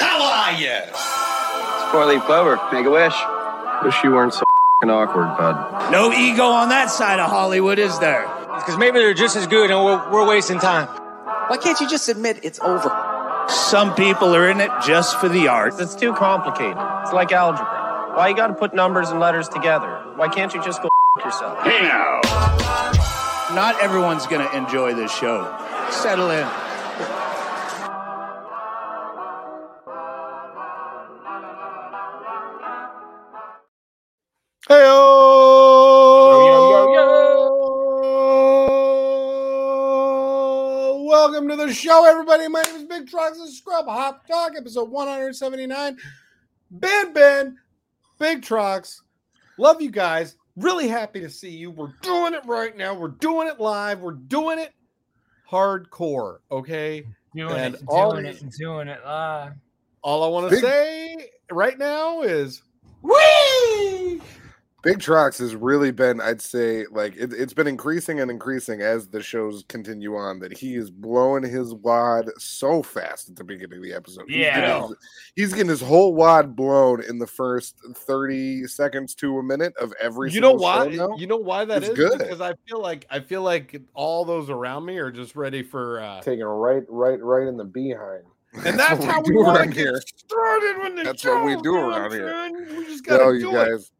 Ah, yes. It's four leaf clover. Make a wish. Wish you weren't so fing awkward, bud. No ego on that side of Hollywood, is there? Because maybe they're just as good and we're, we're wasting time. Why can't you just admit it's over? Some people are in it just for the art. It's too complicated. It's like algebra. Why you gotta put numbers and letters together? Why can't you just go yourself? Not everyone's going to enjoy this show. Settle in. Hey yo, Welcome to the show, everybody. My name is Big Trucks and Scrub Hop Talk, episode 179. Ben Ben, Big Trucks. Love you guys. Really happy to see you. We're doing it right now. We're doing it live. We're doing it hardcore. Okay. Doing And it, doing all- it, and doing it. Ah. All I want to Big- say right now is Big Trucks has really been, I'd say, like it, it's been increasing and increasing as the shows continue on. That he is blowing his wad so fast at the beginning of the episode. He's Yeah. getting his- he's getting his whole wad blown in the first thirty seconds to a minute of every. you know single show why now. you know why that It's is good. because i feel like i feel like all those around me are just ready for uh taking it right, right, right in the behind. and that's, what how we do want to around get started when the That's show what we do comes, around here. man. we just gotta No, do you it guys.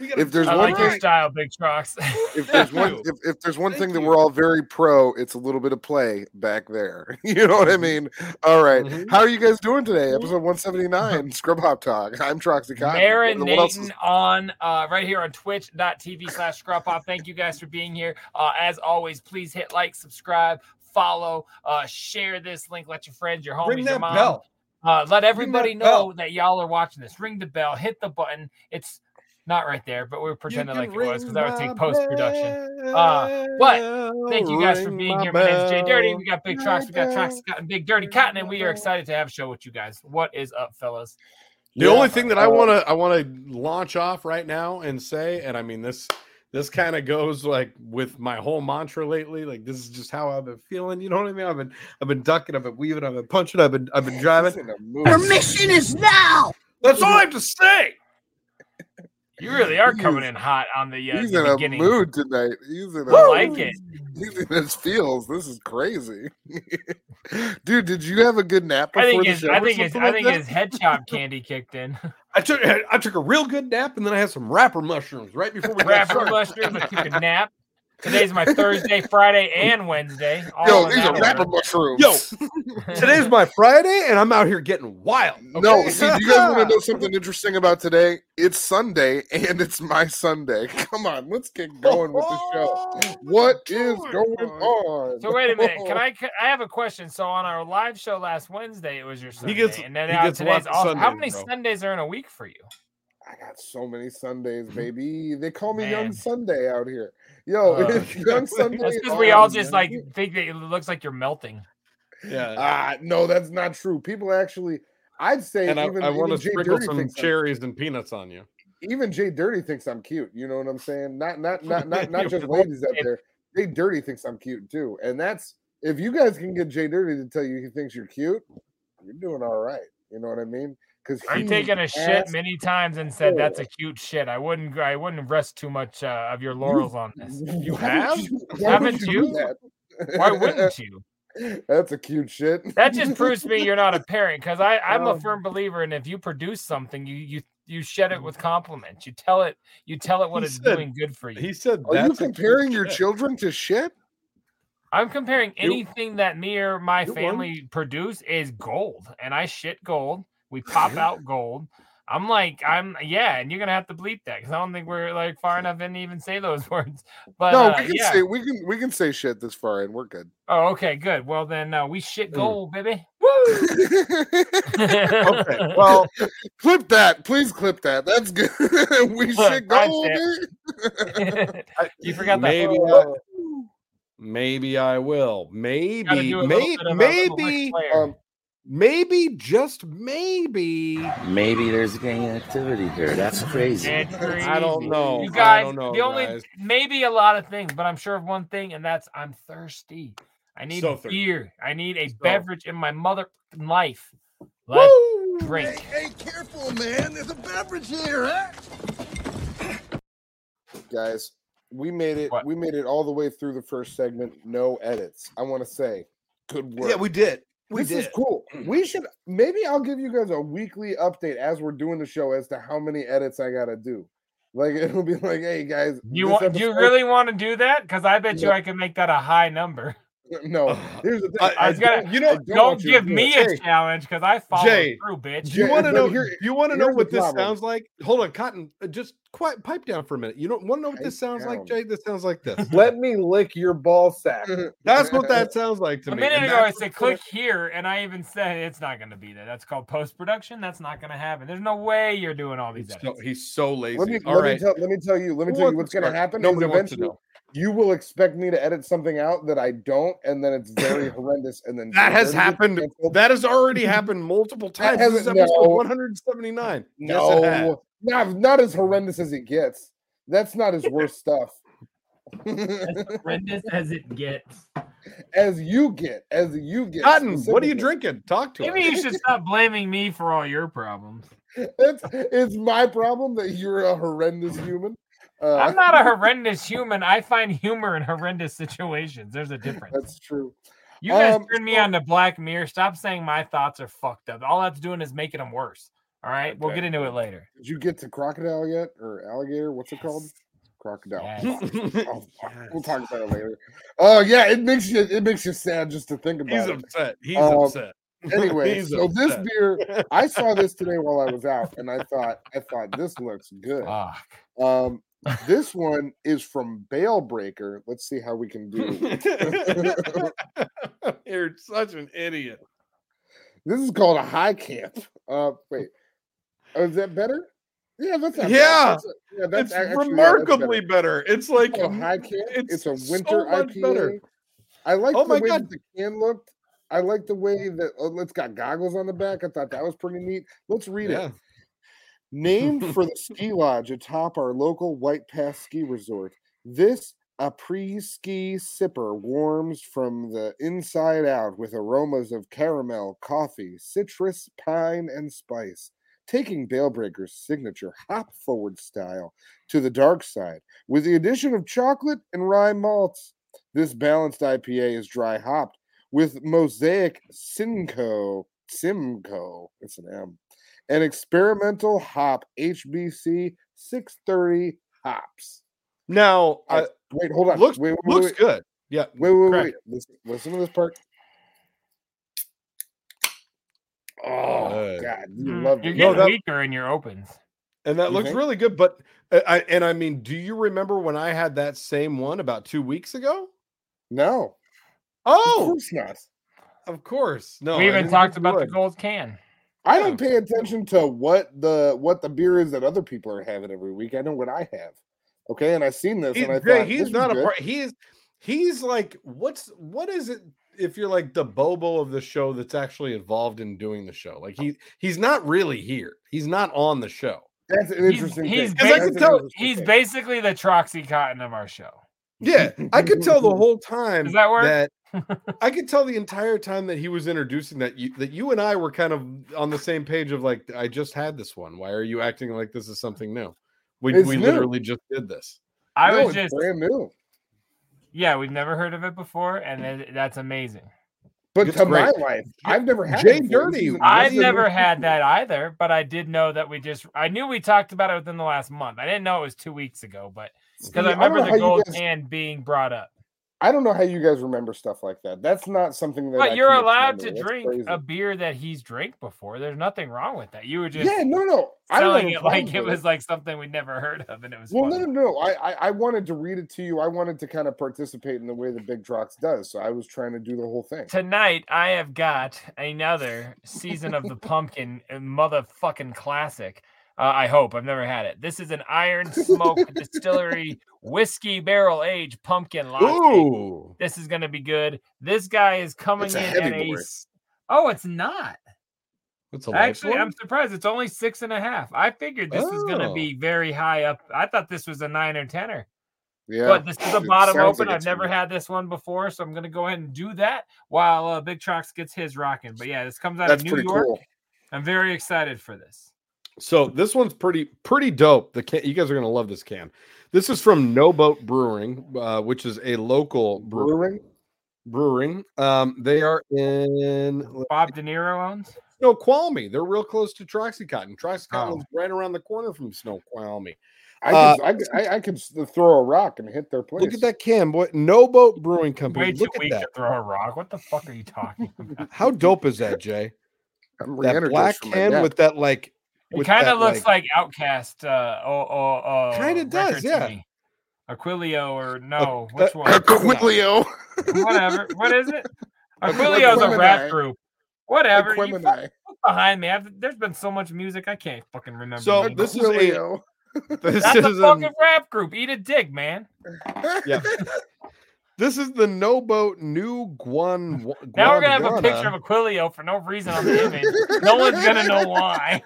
We gotta if there's I do one like it. your thing- style, Big Trucks. If there's one, Thank if, if there's one Thank thing that you. we're all very pro, it's a little bit of play back there. You know what Mm-hmm. I mean? All right. Mhm. How are you guys doing today? Episode 179, Scrub Hop Talk. I'm Troxy Cotton. What- what else Marinating is- on uh, right here on twitch.tv slash scrub hop. Thank you guys for being here. Uh, as always, please hit like, subscribe, follow, uh, share this link. Let your friends, your homies, ring your that mom, bell Uh, let everybody bell. know that y'all are watching this. Ring the bell, hit the button. It's not right there, but we're pretending like it was because that would take post production. Uh, but Thank you guys for being here. My name is Jay Dirty. We got Big Trucks, we got Trucks, Cotton, Big Dirty Cotton, and we are excited to have a show with you guys. What is up, fellas? the Yeah, only thing that i uh, want to i want to launch off right now and say and i mean this this kind of goes like with my whole mantra lately like this is just how i've been feeling you know what i mean i've been i've been ducking i've been weaving i've been punching i've been i've been driving He's in a mood. Permission is now. that's all i have to say You really are He's- coming in hot on the, uh, He's the in a beginning. mood tonight. He's in a I like it. He's in his feels. This is crazy. Dude, did you have a good nap I before think the his, show? I or think his, something I like think that? his head chop candy kicked in. I took I took a real good nap and then I had some wrapper mushrooms right before we got Rapper started. mushrooms, I took a nap. Today's my Thursday, Friday, and Wednesday. all Yo, in these that are order. rapper mushrooms. Yo, Today's my Friday and I'm out here getting wild. No, okay? see, do you guys want to know something interesting about today? It's Sunday and it's my Sunday. Come on, let's get going with the Oh, show. What is going on? So wait a minute. Can I? c- I have a question. So on our live show last Wednesday, it was your Sunday, gets- and then he now gets today's lots of also. how Sundays, many bro. Sundays are in a week for you? I got so many Sundays, baby. They call me Mm-hmm. Young Man. Sunday out here. Yo, Uh, it's Young Sunday. That's because we all on, just like man. think that it looks like you're melting. Yeah. Ah, no, that's not true. People actually, I'd say, And I, even, I even want to Jay sprinkle Dirty some thinks I'm- cherries and peanuts on you. even Jay Dirty thinks I'm cute. You know what I'm saying? Not not not not not just You're ladies out right. there. Jay Dirty thinks I'm cute too, and that's if you guys can get Jay Dirty to tell you he thinks you're cute, you're doing all right. You know what I mean? Because Hmm, I've taken a shit many times and said that's a full. cute shit. I wouldn't. I wouldn't rest too much uh, of your laurels on this. You have? Haven't you? Why wouldn't you? you? That's a cute shit. That just proves to me you're not a parent because I I'm a Um, firm believer in if you produce something, you you you shed it with compliments. You tell it you tell it what Hmm. He it's said- doing good for you. He said Are you that's a cute comparing your shit." children to shit? I'm comparing anything that me or my you won. family produce is gold, and I shit gold. We pop out gold. I'm like I'm yeah, and you're gonna have to bleep that because I don't think we're like far enough in to even say those words. But no, uh, we can yeah. say we can we can say shit this far and we're good. oh okay, good. Well then uh, we shit Mm. gold, baby. Woo! Okay. Well, clip that, please clip that. That's good. we Look, should that's go. it. dude. you forgot that maybe I, maybe I will. Gotta Maybe do a little maybe bit of a little maybe flair. Um, maybe just maybe Maybe there's gang activity here. That's crazy. And crazy. I don't know. You guys, Oh, I don't know. the only guys. maybe a lot of things, but I'm sure of one thing, and that's I'm thirsty. I need So thirsty. beer. I need a So- beverage in my mother life. Let's Woo! drink. Hey, careful, man. There's a beverage here, eh? huh? Guys, we made it. What? We made it all the way through the first segment. No edits. I want to say, good work. Yeah, we did. We this did. is cool. We should maybe I'll give you guys a weekly update as we're doing the show as to how many edits I gotta do. Like it'll be like, hey guys, You this want? Do you episode- really want to do that? Because I bet you No. I can make that a high number. No, here's the thing. I- I was gonna- don't- you know- I Don't, want you to give do me it. a challenge because I follow Jay, through, bitch. Do you Yeah, want to but know? here- you want to know here's what the this problem. sounds like? Hold on, Cotton. uh, Just quiet, pipe down for a minute. You don't want to know what this Pipe sounds down. like, Jay? This sounds like this. Let me lick your ball sack. That's what that sounds like to A me. minute and ago, I that's said what's gonna- click here, and I even said it's not going to be there. That's called post production. That's not going to happen. There's no way you're doing all these He's edits. so, he's so lazy. Let me, All let, right. me tell, let me tell you. Let me Who tell wants you what's to going to start? happen. is Nobody wants to eventually know. You will expect me to edit something out that I don't, and then it's very horrendous. And then That has Jordan gets happened. canceled. That has already happened multiple times. This is hasn't- episode no. 179. No, Yes, it has. not not as horrendous as it gets. That's not his worst stuff. horrendous as it gets. as you get, as you get. Cotton, what are you specifically. drinking? Talk to Maybe us. you should stop blaming me for all your problems. It's, it's my problem that you're a horrendous human. Uh, I'm not a horrendous human. I find humor in horrendous situations. There's a difference. That's true. You guys um, turn me on to Black Mirror. Stop saying my thoughts are fucked up. All that's doing is making them worse. All right, we'll Okay. get into it later. Did you get to crocodile yet, or alligator? What's it called? Crocodile. Yes. Oh, fuck. We'll talk about it later. Oh yeah, it makes you it makes you sad just to think He's about it. upset. He's Um, upset. Anyway, he's so this upset. beer, I saw this today while I was out, and I thought I thought this looks good. Fuck. Um, this one is from Bailbreaker. Let's see how we can do. You're such an idiot. This is called a high camp. Uh, wait, Oh, is that better? Yeah, that's not bad. Yeah. That's a- yeah, that's it's ac- actually, yeah, that's better. remarkably better. It's like Oh, high camp. It's, it's a so winter much IPA. better. I like Oh the my way God. that the can looked. I like the way that oh, it's got goggles on the back. I thought that was pretty neat. Let's read yeah. it. Named for the ski lodge atop our local White Pass ski resort, this après-ski sipper warms from the inside out with aromas of caramel, coffee, citrus, pine, and spice. Taking Bailbreaker's signature hop-forward style to the dark side with the addition of chocolate and rye malts. This balanced IPA is dry hopped with Mosaic Simcoe, Simcoe, it's an M, an experimental hop HBC 630 hops. Now, uh, That's- Wait, hold on. looks wait, wait, looks wait, good. Yeah. wait, wait, wait, crack. wait. Listen, listen to this part. Oh Good. God, you Mm, love You're it. No, getting that- weaker in your opens. Uh, And that You looks think? really good. But uh, I and I mean, do you remember when I had that same one about two weeks ago? no, of Oh, course not. of course. No, we I even didn't talked think you about the would. gold can. I don't Oh. pay attention to what the what the beer is that other people are having every week. I know what I have. Okay, and I've seen this, He- and I Jay, thought he's not a part. He's he's like what's what is it if you're like the Bobo of the show that's actually involved in doing the show? Like he he's not really here. He's not on the show. That's an He's- interesting. he's thing. Because I That's can an tell interesting He's thing. basically the Troxy Cotton of our show. Yeah, I could tell the whole time Does that work? I could tell the entire time that he was introducing that you that you and I were kind of on the same page of like I just had this one. Why are you acting like this is something new? We It's we new. literally just did this. I No, was it's just, brand new, yeah, we've never heard of it before, and it- that's amazing. but It's to my great. life, I've never had. Jay it before. This Dirty- is an- I've this is a new never had thing. that either, but I did know that we just, I knew we talked about it within the last month. I didn't know it was two weeks ago, but See, because I don't know remember how the you gold guys- can being brought up. I don't know how you guys remember stuff like that. That's not something that. I But you're commit allowed to memory. That's drink crazy. a beer that he's drank before. There's nothing wrong with that. You were just yeah, no, no. I don't selling have it a like problem it with was like something we'd never heard of, and it was Well, no, funny. no, no. I, I, I wanted to read it to you. I wanted to kind of participate in the way that Big Trox does. So I was trying to do the whole thing. Tonight, I have got another season of the pumpkin uh, motherfucking classic. Uh, I hope I've never had it. This is an Iron Smoke Distillery whiskey barrel aged pumpkin latte. Ooh. This is going to be good. This guy is coming It's in a at heavy a boy. s- Oh, it's not. That's a Actually, I'm surprised. It's only six and a half. I figured this was going to Oh. be very high up. I thought this was a nine or tenner. Yeah. But this is a It bottom sounds open. like I've it's never weird. had this one before, so I'm gonna go ahead and do that while uh, Big Trucks gets his rocking. But yeah, this comes out That's of New pretty York. cool. I'm very excited for this. So this one's pretty pretty dope. The can, you guys are gonna love this can. This is from No Boat Brewing, uh, which is a local brew, Brewing. brewing. Um, they are in Bob De Niro owns. Snoqualmie. They're real close to Troxycotton. Troxycotton Oh. is right around the corner from Snoqualmie. I Uh, could, I, could- I, I could s- throw a rock and hit their place. Look at that can, boy. No Boat Brewing Company. Way too Look at weak that. to throw a rock. What the fuck are you talking about? How dope is that, Jay? I'm That re-energized black from my can nap. with that like It with kind that, of looks like- like, Outcast. Uh, oh, oh, oh, Kinda does, record to yeah. me. Aquilio or no? Aqu- which one? Aquilio. Whatever. What is it? Aquilio's a rap Aquemini. group. Whatever. You fuck Equimini. behind me. I've, there's been so much music, I can't fucking remember. So names. this is a Aquilio. this That's a is a- fucking rap group. Eat a dick, man. yeah. This is the No Boat New Guan. Now we're gonna have a picture of Aquilio for no reason on the image. no one's gonna know why.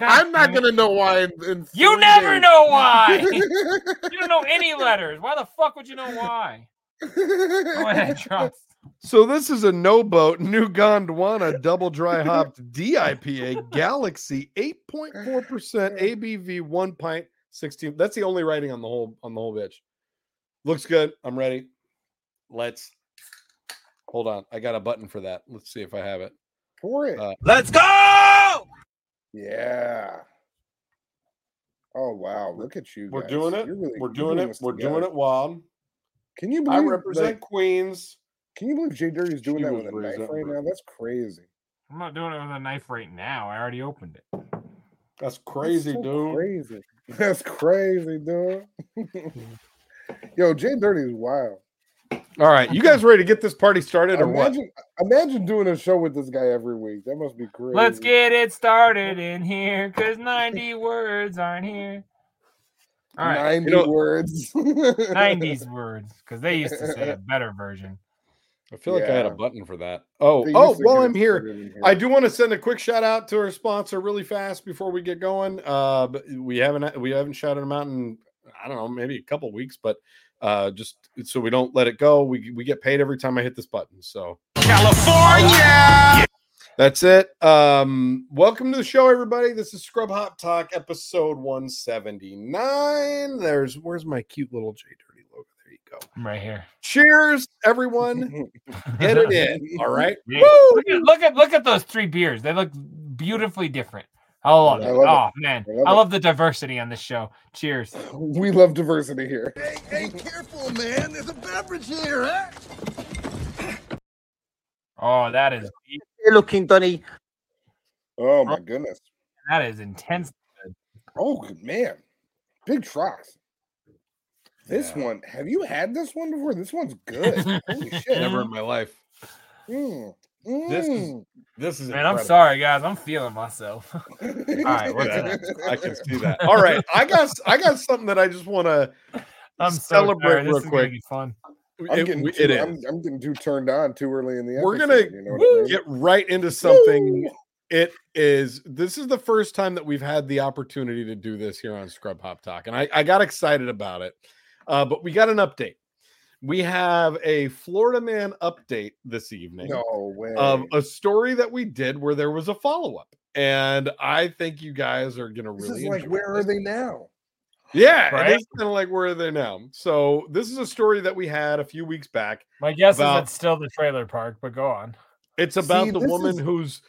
I'm not damn it. gonna know why. In, in You three never days. know why. you don't know any letters. Why the fuck would you know why? Go ahead, Trucks. So this is a no boat New Gondwana double dry hopped DIPA Galaxy 8.4% ABV one pint 16. That's the only writing on the whole on the whole bitch. Looks good. I'm ready. Let's hold on. I got a button for that. Let's see if I have it. Pour it. Uh, Let's go! yeah. Oh wow! Look at you. We're guys. doing it. You're really- We're you're doing it. this We're doing together. it, Wob. Can you I believe? represent Like, Queens. can you believe Jay Dirty's doing She that was with a raised knife up right right. now? That's crazy. I'm not doing it with a knife right now. I already opened it. That's That's crazy, so dude. Crazy. That's crazy, dude. Yo, Jay Dirty's wild. All right. You guys ready to get this party started or what? Imagine, imagine doing a show with this guy every week. That must be crazy. Let's get it started in here, cause 90 words aren't here. All right, ninety You know- words. 90s words, cause they used to say a better version. I feel like I had a Yeah. button for that. Oh, They oh, used to while get I'm here, started in I do want to send a quick shout out to our sponsor really fast before we get going. Uh, but we haven't we haven't shouted them out in I don't know maybe a couple weeks, but uh, just so we don't let it go, we we get paid every time I hit this button. So California. That's it. Um, welcome to the show, everybody. This is Scrub Hop Talk, episode 179. There's where's my cute little J Dirty logo? There you go. I'm right here. Cheers, everyone. Get it in. All right. Yeah. Woo! Look at, look at look at those three beers. They look beautifully different. I love it. I love it. oh man, I I love love, it. the diversity on this show. Cheers. we love diversity here. Oh, that is Uh, Oh my goodness. that is intense. Oh good man, big trucks. This one, have you had this one before? This one's good. Holy shit! Never in my life. Mm, This is- mm. This is Man, I'm incredible. sorry guys. I'm feeling myself. All right, what's Yeah. next? I can see that. All right, I got I got something that I just want to. I'm so Celebrate sorry. This real is gonna quick. be fun. I'm getting too, it is. I'm, I'm getting too turned on too early in the episode. We're gonna you know what I mean? get right into something. It is. This is the first time that we've had the opportunity to do this here on Scrub Hop Talk, and I, I got excited about it. Uh, but we got an update. We have a Florida man update this evening. No way. Of a story that we did where there was a follow up, and I think you guys are gonna this really is like, enjoy where this. are they now? Yeah, Right? it's kind of like where are they now? So this is a story that we had a few weeks back. My guess About- is it's still the trailer park, but go on. It's about See, the this woman is- who's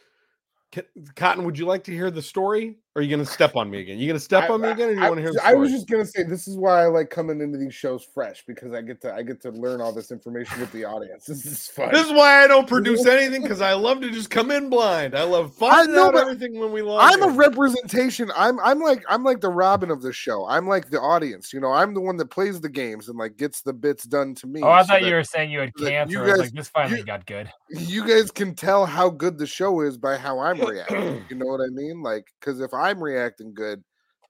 Ca- Cotton. Would you like to hear the story? Or are you going to step on me again? You going to step I- on me again, or you I- want to hear? The I story? was just gonna say this is why I like coming into these shows fresh because I get to I get to learn all this information with the audience. This is fun. This is why I don't produce anything because I love to just come in blind. I love finding know, out but everything when we log. I'm a in. representation. I'm I'm like I'm like the Robin of the show. I'm like the audience. You know, I'm the one that plays the games and like gets the bits done to me. Oh, I so thought that you were saying you had so that cancer. you I was guys- like, this finally you- got good. you guys can tell how good the show is by how I'm reacting. You know what I mean? Like, because if I'm reacting good,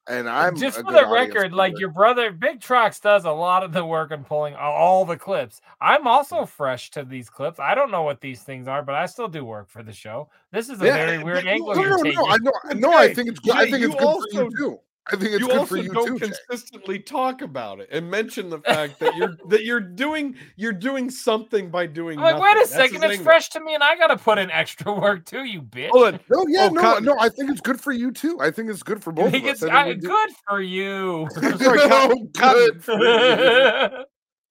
and I'm just a for good the audience record, like member- your brother Big Trucks does a lot of the work on pulling a- all the clips. I'm Mm. also fresh to these clips. I don't know what these things are, but I still do work for the show. This is a Yeah, eh, very but weird you angle also- No, you're no, taking. no, I know, But no. I Jay, think it's good. I Jay, think it's you good for you also- too. I think it's you good also for you don't too. Jay. consistently talk about it and mention the fact that you're that you're doing you're doing something by doing. I'm like, nothing. wait a That's second, his it's language. fresh to me, and I gotta put in extra work too, you bitch. Hold on. No, yeah, Oh, no, Cotton- no. I think it's good for you too. I think it's good for both Like, of us. it's- I I- think we do- good for you. Sorry, Cotton- Cotton, I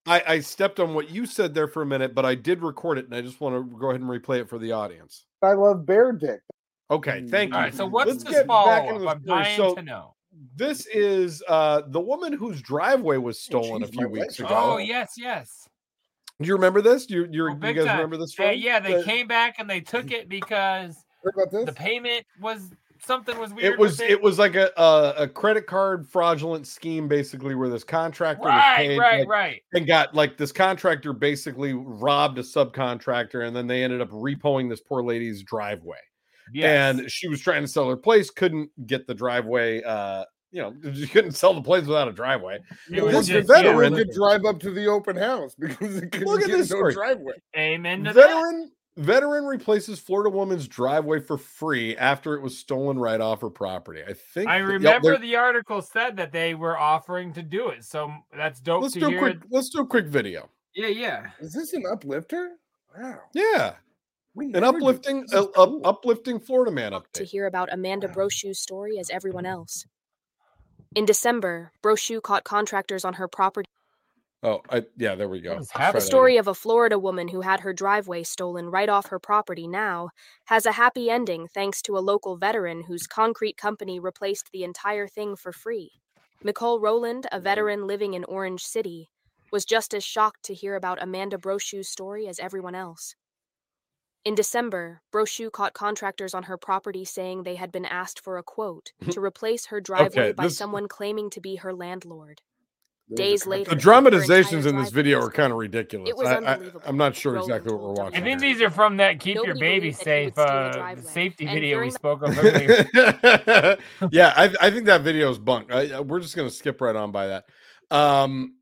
I, I stepped on what you said there for a minute, but I did record it, and I just want to go ahead and replay it for the audience. I love bear dick. Okay, thank you. All right, so what's Let's this get back follow into up? the story. I'm dying So- to know. This is uh, the woman whose driveway was stolen a jeez, few my weeks legs are ago. Oh yes, yes. Do you remember this? Do you, you, Oh, you big guys time. remember this They- story? yeah, they The- came back and they took it because Heard about this? the payment was something was weird. It was with it was like a, a a credit card fraudulent scheme, basically, where this contractor was right, paid right, like, right. and got like this contractor basically robbed a subcontractor, and then they ended up repoing this poor lady's driveway. Yes. and she was trying to sell her place couldn't get the driveway uh you know she couldn't sell the place without a driveway it This was the just, veteran yeah. could drive up to the open house because it couldn't Look at get this no story. driveway. yeah, amen to that. veteran veteran replaces florida woman's driveway for free after it was stolen right off her property i think I that- yep, remember there- the article said that they were offering to do it, so that's dope let's to do a hear. quick let's do a quick video Yeah, yeah. Is this an uplifter? Wow. yeah We an never do- uplifting this is uh, cool. uplifting florida man to update hear about Amanda Brochu's story as everyone else. In December, Brochu caught contractors on her property. oh I, yeah there we go What is Let's try The that story of a Florida woman who had her driveway stolen right off her property now has a happy ending thanks to a local veteran whose concrete company replaced the entire thing for free. Nicole Rowland, a veteran living in Orange City, was just as shocked to hear about Amanda Brochu's story as everyone else. In December, Brochu caught contractors on her property saying they had been asked for a quote to replace her driveway by this- someone claiming to be her landlord. There's a Days couple- later, again. the her dramatizations entire in this driveway video was are kind of ridiculous It was I, unbelievable. am not sure Roland exactly what we're told watching I Duncan. here. think these are from that "Keep Your Nobody Baby believed that he Safe" would steal the uh, driveway, safety and video we during the- spoke of earlier. yeah, I, I think that video is bunk. I, I- we're just gonna skip right on by that. Um,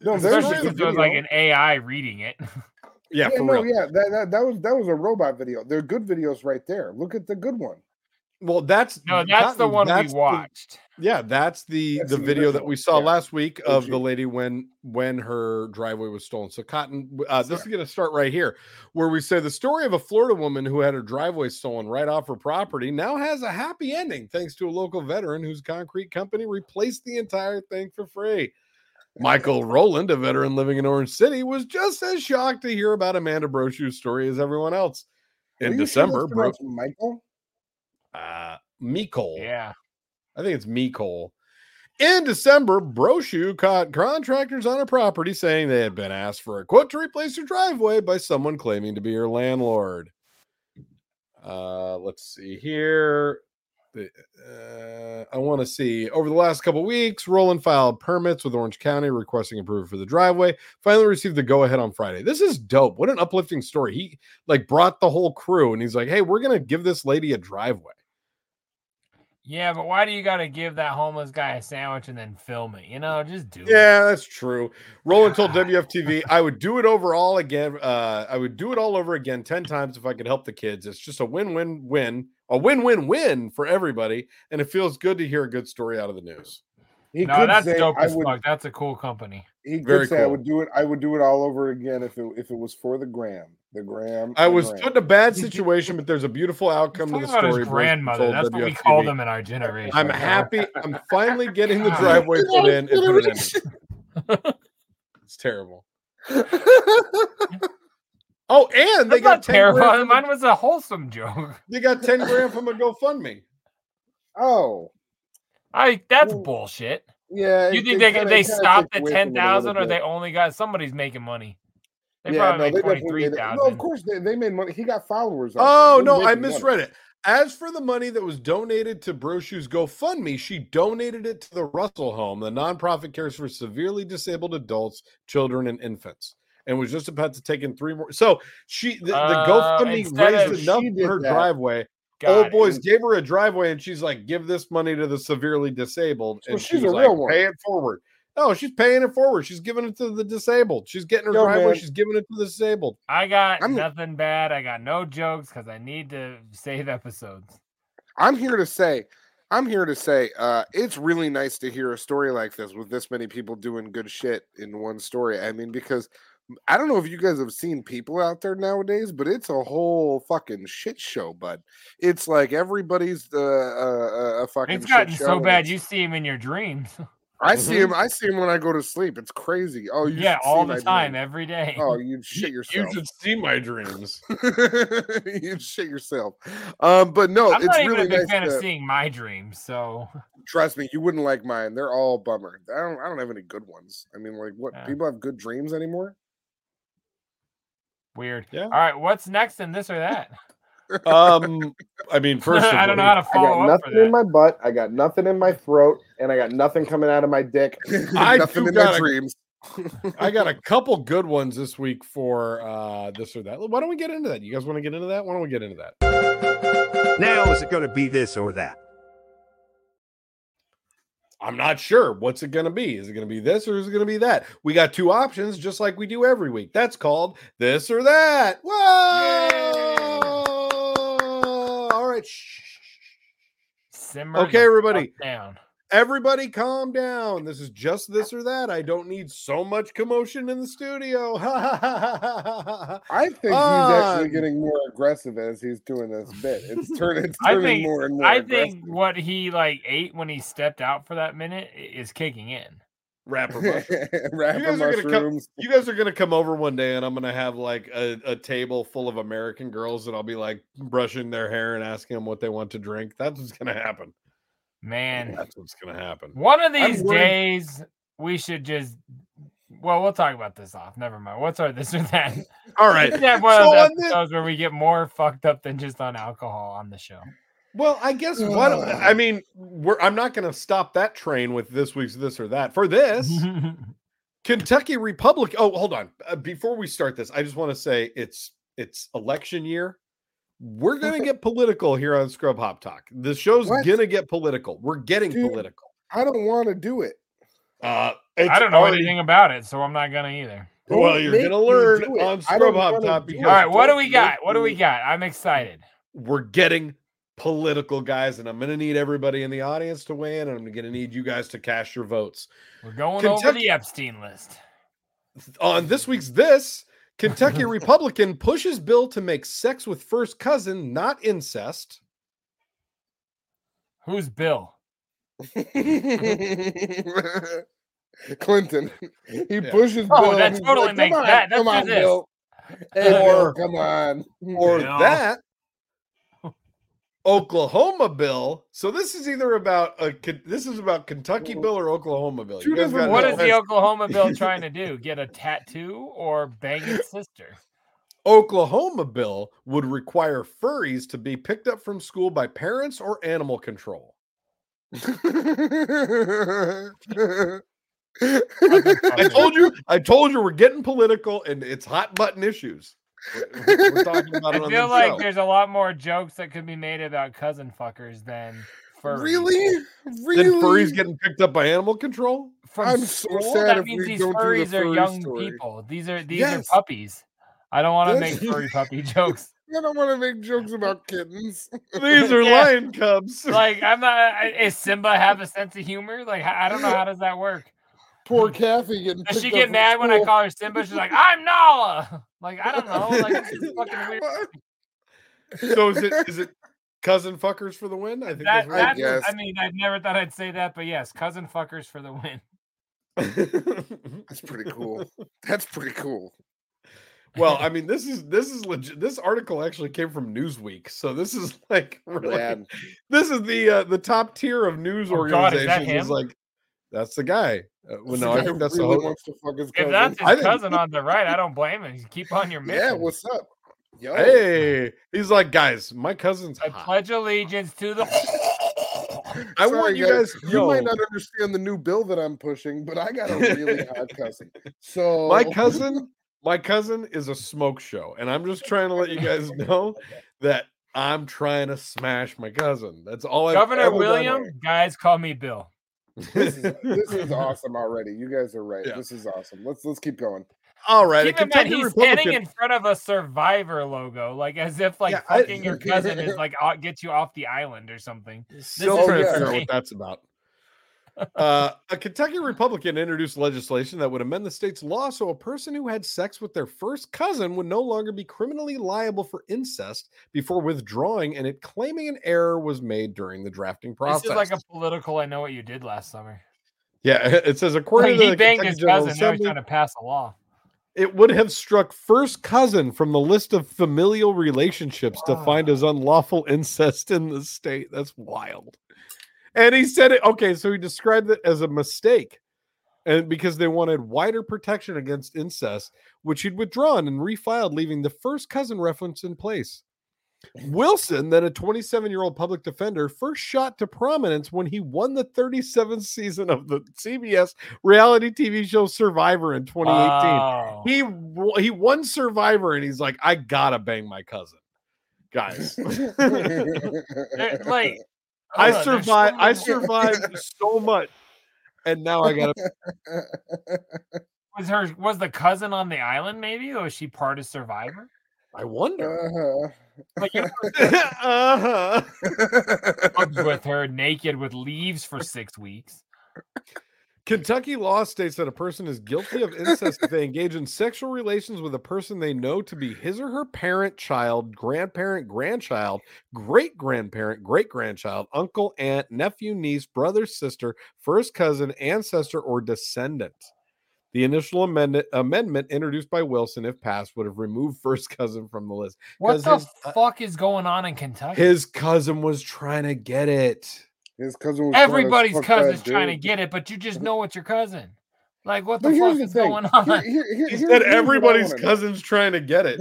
No, there's Especially a since it was video. like an AI reading it. yeah, yeah, for no, real. yeah, that, that, that was that was a robot video. They're good videos right there. Look at the good one. Well, that's No, that's the Cotton, one that's we the- watched. yeah, that's the That's the the video that original, we saw yeah. last week of OG. the lady when when her driveway was stolen. So, Cotton, w- uh, this is gonna start right here, where we say the story of a Florida woman who had her driveway stolen right off her property now has a happy ending thanks to a local veteran whose concrete company replaced the entire thing for free. Michael Rowland, a veteran living in Orange City, was just as shocked to hear about Amanda Brochu's story as everyone else. Are In you sure December, that's Bro pronounced Michael. uh, Mikol, Yeah. I think it's Mikol. In December, Brochu caught contractors on a property saying they had been asked for a quote to replace their driveway by someone claiming to be her landlord. Uh, let's see here. The- uh, I want to see over the last couple weeks, Roland filed permits with Orange County requesting approval for the driveway. Finally received the go ahead on Friday. This is dope. What an uplifting story. He like brought the whole crew and he's like, Hey, we're gonna give this lady a driveway. Yeah, but why do you got to give that homeless guy a sandwich and then film it? You know, just do it. Yeah, that's true. Roland told WFTV, I would do it over all again. Uh, I would do it all over again 10 times if I could help the kids. It's just a win win win, a win win win for everybody. And it feels good to hear a good story out of the news. He no, that's dope I as would fuck. That's a cool company. he could Very say I cool. would do it I would do it all over again if it if it was for the gram. The gram. I the was gram. put in a bad situation, but there's a beautiful outcome to Talking the about story. his Roland grandmother. told That's what we WFTV. call them in our generation. I'm you know? happy. I'm finally getting the God. driveway put in and put it in. It's terrible. Oh, and they That's not got 10 grand terrible. from Mine a- was a wholesome joke. they got 10 grand from a GoFundMe. Oh. I that's Well, bullshit. Yeah. You it- think it they kinda- they it kinda stopped at takes away from it a ten thousand, or little they bit. only got somebody's making money? They yeah, probably no, they made twenty definitely three made it. No, Oh, of thousand. course they, they made money. He got followers. off it. Oh He was no, I making money. misread it. As for the money that was donated to Brochu's GoFundMe, she donated it to the Russell Home. The nonprofit cares for severely disabled adults, children, and infants, and was just about to take in three more. So she the, the Uh, GoFundMe instead raised of- enough She for did her that. driveway. Got Old it. boys gave her a driveway, and she's like, "Give this money to the severely disabled." So and she's she was a like, real one. "Pay it forward." No, she's paying it forward. She's giving it to the disabled. She's getting her Yo, driveway. man. She's giving it to the disabled. I got I'm- nothing bad. I got no jokes because I need to save episodes. I'm here to say, I'm here to say uh, it's really nice to hear a story like this with this many people doing good shit in one story. I mean, because I don't know if you guys have seen people out there nowadays, but it's a whole fucking shit show, bud. It's like everybody's uh, uh, uh, a fucking It's gotten shit show. so and bad it's- you see him in your dreams. I see him. I see him when I go to sleep. It's crazy. Oh, you yeah, should see all my the time, dreams. every day. Oh, you'd shit yourself. should see my dreams. you'd shit yourself. Um, but no, I'm it's not even really a big nice fan to- of seeing my dreams, so Trust me, you wouldn't like mine. They're all bummer. I don't. I don't have any good ones. I mean, like, what people have good dreams anymore? weird. All right, what's next in this or that? Um, I mean, first of I don't know all- how to I got follow up for nothing in my butt. I got nothing in my throat, and I got nothing coming out of my dick. I do got a- I got a. a couple good ones this week for uh, this or that. Why don't we get into that? You guys want to get into that? Why don't we get into that? Now is it going to be this or that? I'm not sure. What's it going to be? Is it going to be this or is it going to be that? We got two options, just like we do every week. That's called this or that. Whoa! All right. shh. Simmer. the Okay, everybody. fuck Down. Everybody, calm down. This is just this or that. I don't need so much commotion in the studio. I think he's actually On. getting more aggressive as he's doing this bit. It's turning. It's I turning think. more and more. I aggressive. think what he like ate when he stepped out for that minute i- is kicking in. Rapper mushroom. Rapper you guys are gonna come. mushrooms. You guys are gonna come over one day, and I'm gonna have like a, a table full of American girls, and I'll be like brushing their hair and asking them what they want to drink. That's what's gonna happen. Man, That's what's gonna happen. one of these worried- days we should just. Well, we'll talk about this off. Never mind. What's our this or that? All right. We should have one of So those on this- episodes where we get more fucked up than just on alcohol on the show. Well, I guess what I mean, we're I'm not gonna stop that train with this week's this or that. For this, Kentucky Republic. Oh, hold on. Uh, before we start this, I just want to say it's it's election year. We're gonna get political here on Scrub Hop Talk. The show's What? gonna get political. We're getting Dude. political. I don't want to do it. Uh, I it's don't know already- anything about it, so I'm not gonna either. Well, Don't you're make gonna me learn do it. on I don't Scrub Hop wanna Talk do it. because All right, what do we don't got? make What do we me- got? I'm excited. We're getting political, guys, and I'm gonna need everybody in the audience to weigh in, and I'm gonna need you guys to cast your votes. We're going over Kentucky- the Epstein list. on this week's this Kentucky Republican pushes bill to make sex with first cousin not incest. Who's Bill? Clinton. He Yeah. pushes. Oh, Bill. that He's totally like, makes come on, that- that's come just on, this. Bill. Hey, Bill, Or- come on. Or No. that Oklahoma bill. So this is either about a Ken- this is about Kentucky bill or Oklahoma bill. Two You guys different gotta What know. is the Oklahoma Bill trying to do? Get a tattoo or bang his sister? Oklahoma bill would require furries to be picked up from school by parents or animal control. I told you, I told you we're getting political and it's hot button issues. We're, we're talking about it I on feel the like show. there's a lot more jokes that could be made about cousin fuckers than furries. really, Then really. furries getting picked up by animal control? From I'm so school? sad that if means we these don't do the furries are furry young story. people. These are these Yes. are puppies. I don't want to make Yes. furry puppy jokes. I don't want to make jokes about kittens. These are Yeah. lion cubs. Like I'm not. I- Is Simba have a sense of humor? Like I I don't know how does that work. Poor Mm-hmm. Kathy getting. Does she picked up get from mad when I school. call her Simba? She's like, "I'm Nala." Like I don't know. Like this is fucking weird. So is it is it cousin fuckers for the win? I think That, that's that's, right. I, guess. mean, I never thought I'd say that, but yes, cousin fuckers for the win. That's pretty cool. That's pretty cool. well, I mean, this is this is legit. This article actually came from Newsweek, so this is like really Man. this is the uh, the top tier of news Oh, God, is organizations. that is him? like that's the guy. Uh, well, This no, I guy think that's really the whole. wants to fuck his If cousin. that's I his think- cousin on the right, I don't blame him. Keep on your mission. yeah, what's up? Yo, Hey, he's like, guys, my cousin's I hot. pledge allegiance to the. I want sorry, you guys. You yo, might not understand the new bill that I'm pushing, but I got a really hot cousin. So my cousin my cousin is a smoke show and i'm just trying to let you guys know that i'm trying to smash my cousin that's all I've Governor ever done. William, guys, call me Bill. this is, this is awesome already. You guys are right. Yeah. This is awesome. Let's let's keep going. All right, Keep a in mind, Kentucky he's Republican. standing in front of a survivor logo, like as if like Yeah, I- fucking your cousin is like out- get you off the island or something. This Still is trying to insane. figure out what that's about. Uh, a Kentucky Republican introduced legislation that would amend the state's law so a person who had sex with their first cousin would no longer be criminally liable for incest before withdrawing and it claiming an error was made during the drafting process. This is like a political. I know what you did last summer. yeah, it says Like, according to he the banged Kentucky his General cousin. Now he's Assembly- trying to pass a law. it would have struck first cousin from the list of familial relationships defined as unlawful incest in the state. That's wild. And he said it okay, so he described it as a mistake. And because they wanted wider protection against incest, which he'd withdrawn and refiled, leaving the first cousin reference in place. Wilson, then a 27 year old public defender, first shot to prominence when he won the 37th season of the CBS reality TV show Survivor in 2018. Wow. He w- he won Survivor and he's like, I gotta bang my cousin, guys. They're- Like I I don't know, there's so survived. I many- survived so much, and now I gotta. was her was the cousin on the island? Maybe or was she part of Survivor? I wonder. Like you were uh-huh. hugged with her naked with leaves for six weeks. Kentucky law states that a person is guilty of incest if they engage in sexual relations with a person they know to be his or her parent, child, grandparent, grandchild, great grandparent, great grandchild, uncle, aunt, nephew, niece, brother, sister, first cousin, ancestor, or descendant. The initial amendment, amendment introduced by Wilson, if passed, would have removed first cousin from the list. What 'cause the his, uh, fuck is going on in Kentucky? his cousin was trying to get it. His cousin was Everybody's cousin's trying to get it, but you just know it's your cousin. Like what the But here's fuck the is thing. going on? Here- here- here- He here's- said here's what I everybody's wanna know. cousin's trying to get it.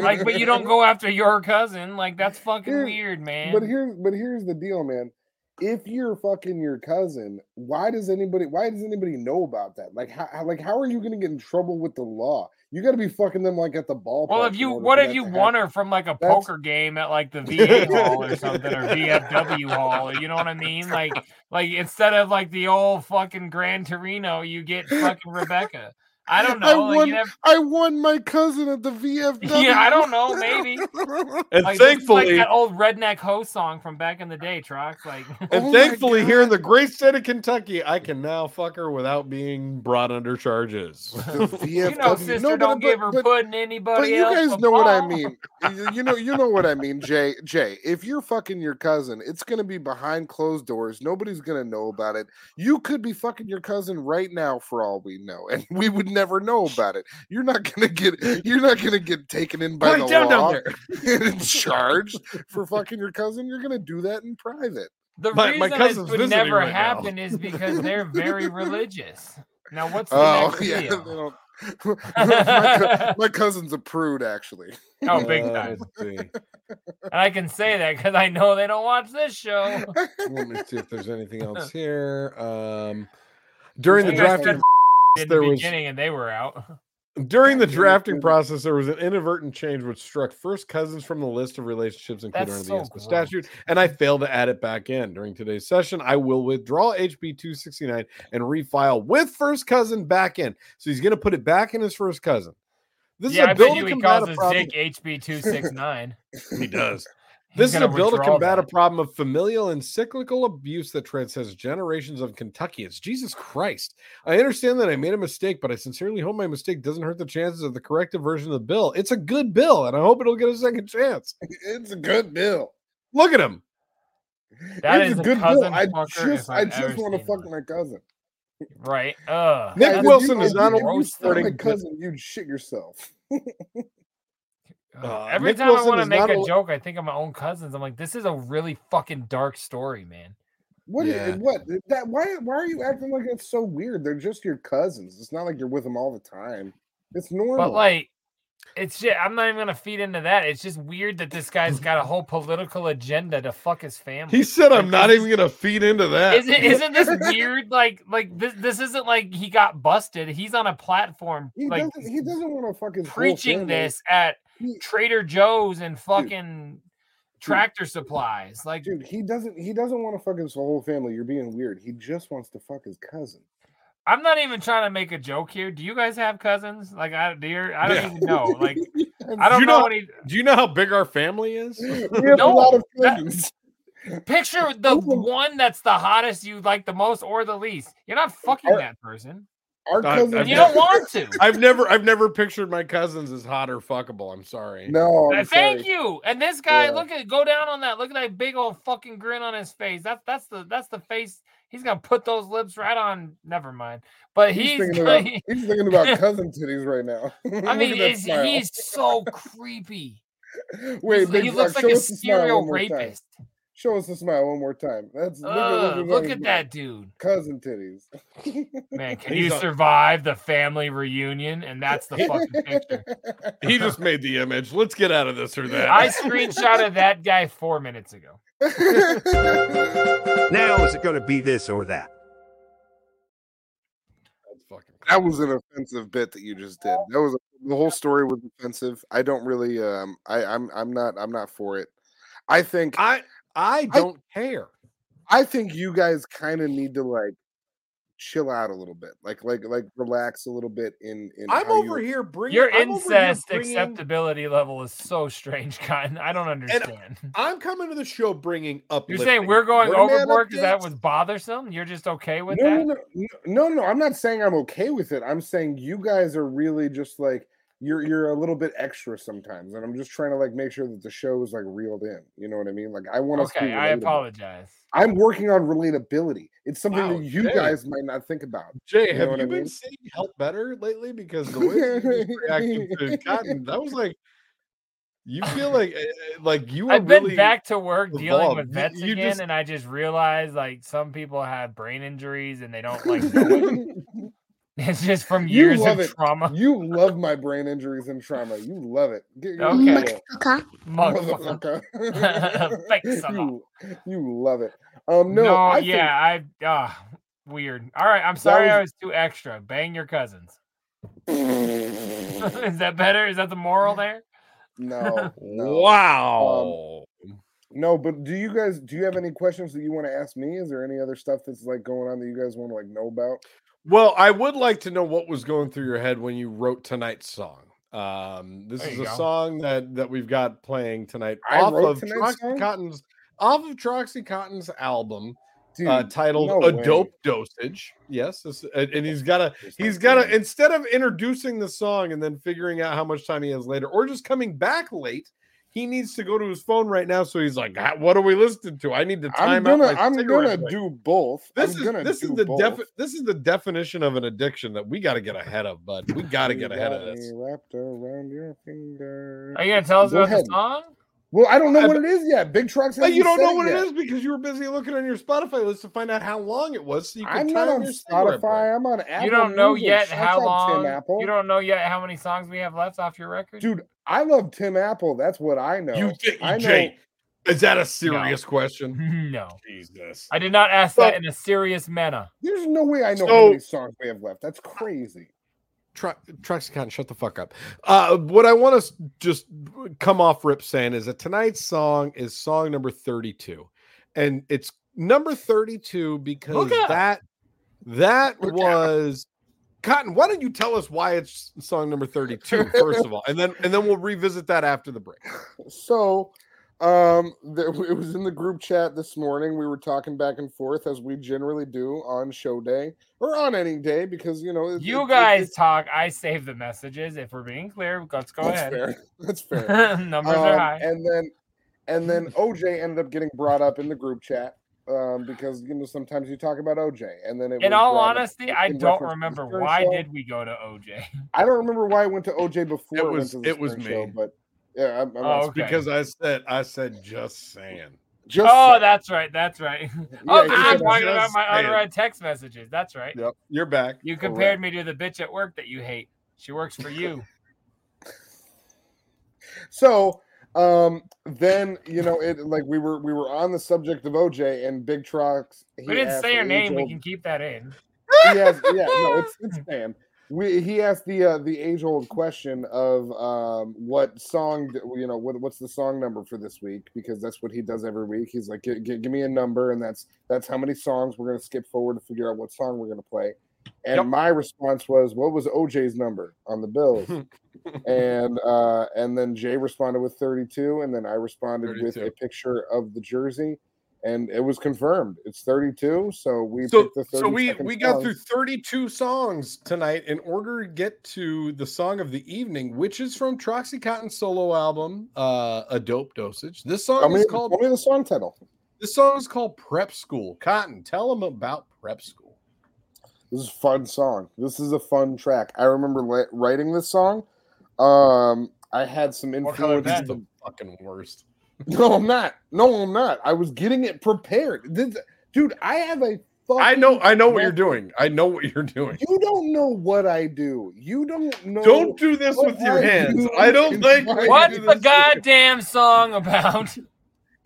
like, but you don't go after your cousin. Like that's fucking Here- weird, man. But here's but here's the deal, man. If you're fucking your cousin, why does anybody why does anybody know about that? Like how how- like how are you gonna get in trouble with the law? You gotta be fucking them like at the ballpark. well, if in you order what for if that you to won happen. her from like a That's- poker game at like the VA hall or something or VFW hall? You know what I mean? Like like instead of like the old fucking Gran Torino, you get fucking Rebecca. I don't know. I like, you won- never- I won my cousin at the VFW. yeah, I don't know. Maybe. Oh And Like, this is like thankfully, that old redneck ho song from back in the day, Trox. Like Oh and thankfully, here in the great state of Kentucky, I can now fuck her without being brought under charges. you know, sister, Oh No, but- don't give but- her but- pudding anybody But you else guys but know what I Paul. mean. You you know, you know what I mean, Jay. Jay, if you're fucking your cousin, it's gonna be behind closed doors. Nobody's gonna know about it. You could be fucking your cousin right now, for all we know, and we would never know about it. You're not gonna get. You're not gonna get taken in Put by the it down down law there. and charged for fucking your cousin. You're gonna do that in private. The My- my reason it cousin's would visiting never right now. happen is because they're very religious. Now, what's the Oh next yeah. deal? they don't- my, cou- my cousin's a prude, actually. Oh, big Uh, time. let's see. And I can say that because I know they don't watch this show. Let me see if there's anything else here. Um, during the You guys drafting, said in there the was- beginning, and they were out. during the drafting process, there was an inadvertent change which struck first cousins from the list of relationships included That's under so the Espa statute, and I failed to add it back in during today's session. I will withdraw HB 269 and refile with first cousin back in. So he's going to put it back in his first cousin. This yeah, is I a bet bill you to he combat calls a his problem. dick HB two six nine. He does. This is a bill to combat a problem of familial and cyclical abuse that transcends generations of Kentuckians. Jesus Christ. I understand that I made a mistake, but I sincerely hope my mistake doesn't hurt the chances of the corrected version of the bill. It's a good bill, and I hope it'll get a second chance. It's a good bill. Look at him. That it's is a a good bill. cousin I fucker if just, I I've ever just want to seen fuck my cousin. right. Uh, Nick Guys, if Wilson you, is if not a you- if you roast fuck my starting- cousin. You'd shit yourself. Uh, Every Nick time Wilson I want to is not make a al- joke, I think of my own cousins. I'm like, this is a really fucking dark story, man. What? i- Yeah. What? That? Why? Why are you acting like that's so weird? They're just your cousins. It's not like you're with them all the time. It's normal. But like, it's shit. I'm not even gonna feed into that. It's just weird that this guy's got a whole political agenda to fuck his family. He said, I'm not Like, even going to feed into that. Isn't isn't this weird? Like like this this isn't like he got busted. He's on a platform he like doesn't. He doesn't want to fuck his whole preaching family. this at He- Trader Joe's and fucking tractor supplies. Like Dude, he doesn't. He doesn't want to fuck his whole family. You're being weird. He just wants to fuck his cousin. I'm not even trying to make a joke here. Do you guys have cousins? Like I do. you- I don't even know. Like I don't do you know, how- any. Do you know how big our family is? No, that- picture the one that's the hottest you like the most or the least. You're not fucking Our- that person. I- I've never- you don't want to. I've never, I've never pictured my cousins as hot or fuckable. I'm sorry. No, Uh, I'm Thank sorry. you. And this guy, Yeah. look at go down on that. Look at that big old fucking grin on his face. That's that's the that's the face. He's gonna put those lips right on. Never mind. But he's, thinking gonna- about, he's thinking about cousin titties right now. Look I at mean, that it's, smile. he's so creepy. Wait, he's- Big he Truck, looks like show a us the smile serial one more time. rapist. Show us the smile one more time. That's look, Ugh, his look eyes. at that dude. Cousin titties. Man, can He's you a- survive the family reunion? And that's the fucking picture. He just made the image. Let's get out of this or that. I screenshotted that guy four minutes ago. Now is it going to be this or that? That was an offensive bit that you just did. That was the whole story was offensive. I don't really um I I'm I'm not I'm not for it. I think I I don't care. I think you guys kind of need to like chill out a little bit. Like like like relax a little bit in in I'm how you- over here bringing Your I'm over here incest bringing- acceptability level is so strange, Cotton. I don't understand. I'm coming to the show bringing up. You're saying we're going overboard because that was bothersome? You're just okay with that? no, no, no, no, no, no, I'm not saying I'm okay with it. I'm saying you guys are really just like you're you're a little bit extra sometimes, and I'm just trying to like make sure that the show is like reeled in. You know what I mean? Like I want us to. Okay, be I relatable. apologize. I'm working on relatability. It's something Wow, that you Jay. guys might not think about. Jay, You know have what you I been mean? seeing help better lately? Because the way that you just reacted to Cotton, that was like you feel like eh, eh, like you were I've been really back to work dealing evolved. with You- vets you again, just- and I just realized like some people have brain injuries and they don't like. Know it. It's just from You years of love it. trauma. You love my brain injuries and trauma. You love it. Get your Okay. little Motherfucker. motherfucker. Thanks a lot. you, you love it. Um, no, no I think- yeah, I uh weird. All right, I'm sorry I was- was too extra. Bang your cousins. Is that better? Is that the moral there? No. no. Wow. Um, no, but do you guys do you have any questions that you want to ask me? Is there any other stuff that's like going on that you guys want to like know about? Well, I would like to know what was going through your head when you wrote tonight's song. Um, this There is you a go. song that that we've got playing tonight I off wrote of tonight's Troxy Cotton's off of Troxy Cotton's album. uh, Dude, titled Hmm, no "A way. Dope Dosage." Yes, this, and, and he's got to he's got to instead of introducing the song and then figuring out how much time he has later, or just coming back late, he needs to go to his phone right now. So he's like, "Ah, "What are we listening to? I need to I'm time out." gonna my I'm gonna cigarette break." do both. This I'm is gonna this do is the both. defi- this is the definition of an addiction that we got to get ahead of, bud. We got to You get ahead got of this. me Wrapped around your finger. Are you gonna tell us Go about ahead. the song? Well, I don't know what it is yet. Big trucks. But you don't know what it is. it is because you were busy looking on your Spotify list to find out how long it was. So you could I'm not time on your cigarette break. Spotify. I'm on Apple. you don't know Music. yet Shout how out Tim long. Apple. You don't know yet how many songs we have left off your record. Dude, I love Tim Apple. That's what I know. You think I know. Jay, is that a serious question? No, Jesus. I did not ask So- that in a serious manner. There's no way I know how So- many songs we have left. That's crazy. Tra- Traxicon, shut the fuck up. Uh, what I want to just come off rip saying is that tonight's song is song number 32. And it's number 32 because Look out. that that was Cotton, why don't you tell us why it's song number 32 first of all? And then and then we'll revisit that after the break. So, um, there, it was in the group chat this morning. We were talking back and forth as we generally do on show day or on any day because you know it- it- You it- guys it's- talk. I save the messages. If we're being clear, let's go That's ahead. fair. That's fair. Numbers are Um, high. And then and then OJ ended up getting brought up in the group chat um, because you know sometimes you talk about OJ and then it In was all brought up honesty, in I reference don't to the remember Stern why Show. did we go to OJ. I don't remember why I went to OJ before It I was- went to the it was Stern me. show, but yeah, I'm, I'm not Oh, okay. Because I said I said just saying. Just oh, saying. that's right. That's right. oh, you because I'm said talking just about my saying. unread text messages. That's right. Yep. You're back. You compared me to the bitch at work that you hate. She works for you. So um then you know it like we were we were on the subject of OJ and Big Trucks. we didn't say her name. We can keep. keep that in. Yes, yeah, no, it's it's Sam. We he asked the uh, the age old question of um what song d- you know what what's the song number for this week because that's what he does every week. He's like, "Gi- gi- give me a number, and that's that's how many songs we're gonna skip forward to figure out what song we're gonna play. And my response was, "What was OJ's number on the Bills?" and uh, and then Jay responded with 32, and then I responded with 32. a picture of the jersey, and it was confirmed. It's 32, so we so, picked the 30 so we second we got song. through 32 songs tonight in order to get to the song of the evening which is from Troxy Cotton's solo album uh a dope dosage this song Tell me- is called tell me the song title this song is called prep school cotton tell them about prep school This is a fun song. This is a fun track. I remember li- writing this song. Um, I had some influence. that's the fucking worst No, I'm not. No, I'm not. I was getting it prepared. This- dude, I have a fucking i know i know what you're doing i know what you're doing You don't know what I do. You don't know. Don't do this what with your I hands. do I don't and think why I What's do the this. goddamn song about?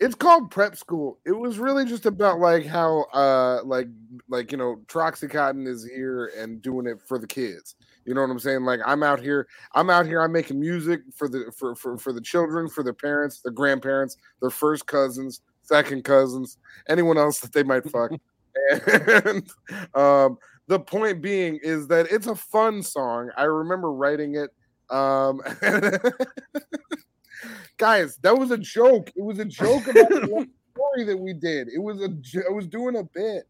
It's called prep school. It was really just about like how uh like like you know Troxycotton is here and doing it for the kids. You know what I'm saying? Like I'm out here, I'm out here, I'm making music for the for for, for the children, for their parents, their grandparents, their first cousins, second cousins, anyone else that they might fuck. and um the point being is that it's a fun song. I remember writing it. Um guys, that was a joke. It was a joke about the story that we did. It was a jo- I was doing a bit.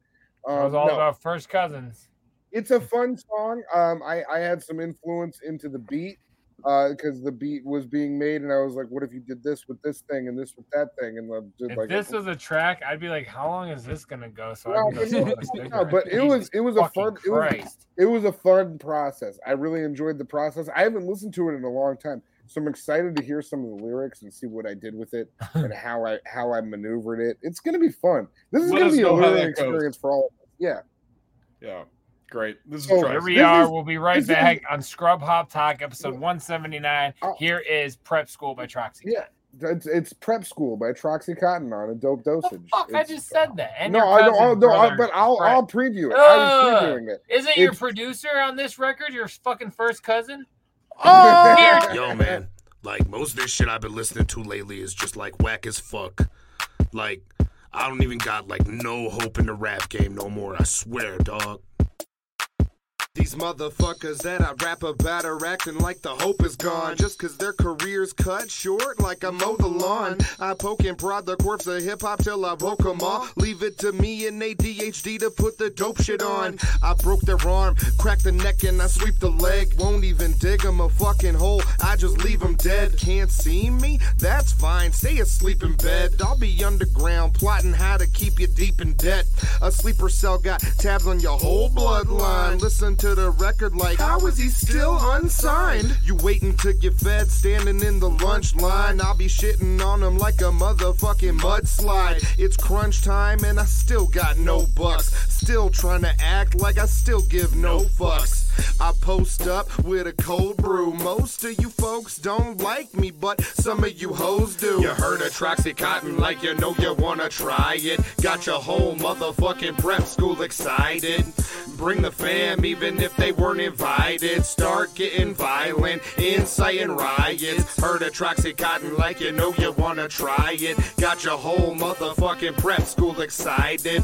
Um, It was all no, about first cousins. It's a fun song. Um, I I had some influence into the beat because the beat was being made, and I was like, "What if you did this with this thing and this with that thing?" And uh, did If like a- this was a track, I'd be like, how long is this gonna go? So Well, I can but go no, see no, but it was it was a fun it was, Christ. it was a fun process. I really enjoyed the process. I haven't listened to it in a long time, so I'm excited to hear some of the lyrics and see what I did with it and how I how I maneuvered it. It's gonna be fun. This is Let gonna us be a know how learning that goes. experience for all of us. Yeah. yeah great this is So, Troxy. Here we This are. is- we'll be right this is- back on Scrub Hop Talk, episode 179. Here is Prep School by Troxy. Uh, Yeah. It's, it's prep school by Troxy Cotton on a dope dosage. Fuck, I It's- just said that. And no, your I don't. cousin, I'll- no, I, brother, but I'll Brett. I'll preview it. I'm Ugh. previewing it. Isn't your It's- producer on this record your fucking first cousin? Yo, man. Like, most of this shit I've been listening to lately is just like whack as fuck. Like, I don't even got like no hope in the rap game no more. I swear, dog. These motherfuckers that I rap about are acting like the hope is gone. Just cause their career's cut short, like I mow the lawn. I poke and prod the corpse of hip hop till I broke 'em all. Leave it to me and ADHD to put the dope shit on. I broke their arm, cracked the neck, and I sweep the leg. Won't even dig 'em a fucking hole, I just leave 'em dead. Can't see me? That's fine, stay asleep in bed. I'll be underground plotting how to keep you deep in debt. A sleeper cell got tabs on your whole bloodline. Listen to the record like, how is he still unsigned? You waiting to get fed, standing in the lunch line. I'll be shitting on him like a motherfucking mudslide. It's crunch time and I still got no bucks. Still trying to act like I still give no fucks. I post up with a cold brew. Most of you folks don't like me, but some of you hoes do. You heard of Troxy Cotton like you know you wanna try it. Got your whole motherfucking prep school excited. Bring the fam even if they weren't invited. Start getting violent, inciting riots. Heard of Troxy Cotton like you know you wanna try it. Got your whole motherfucking prep school excited.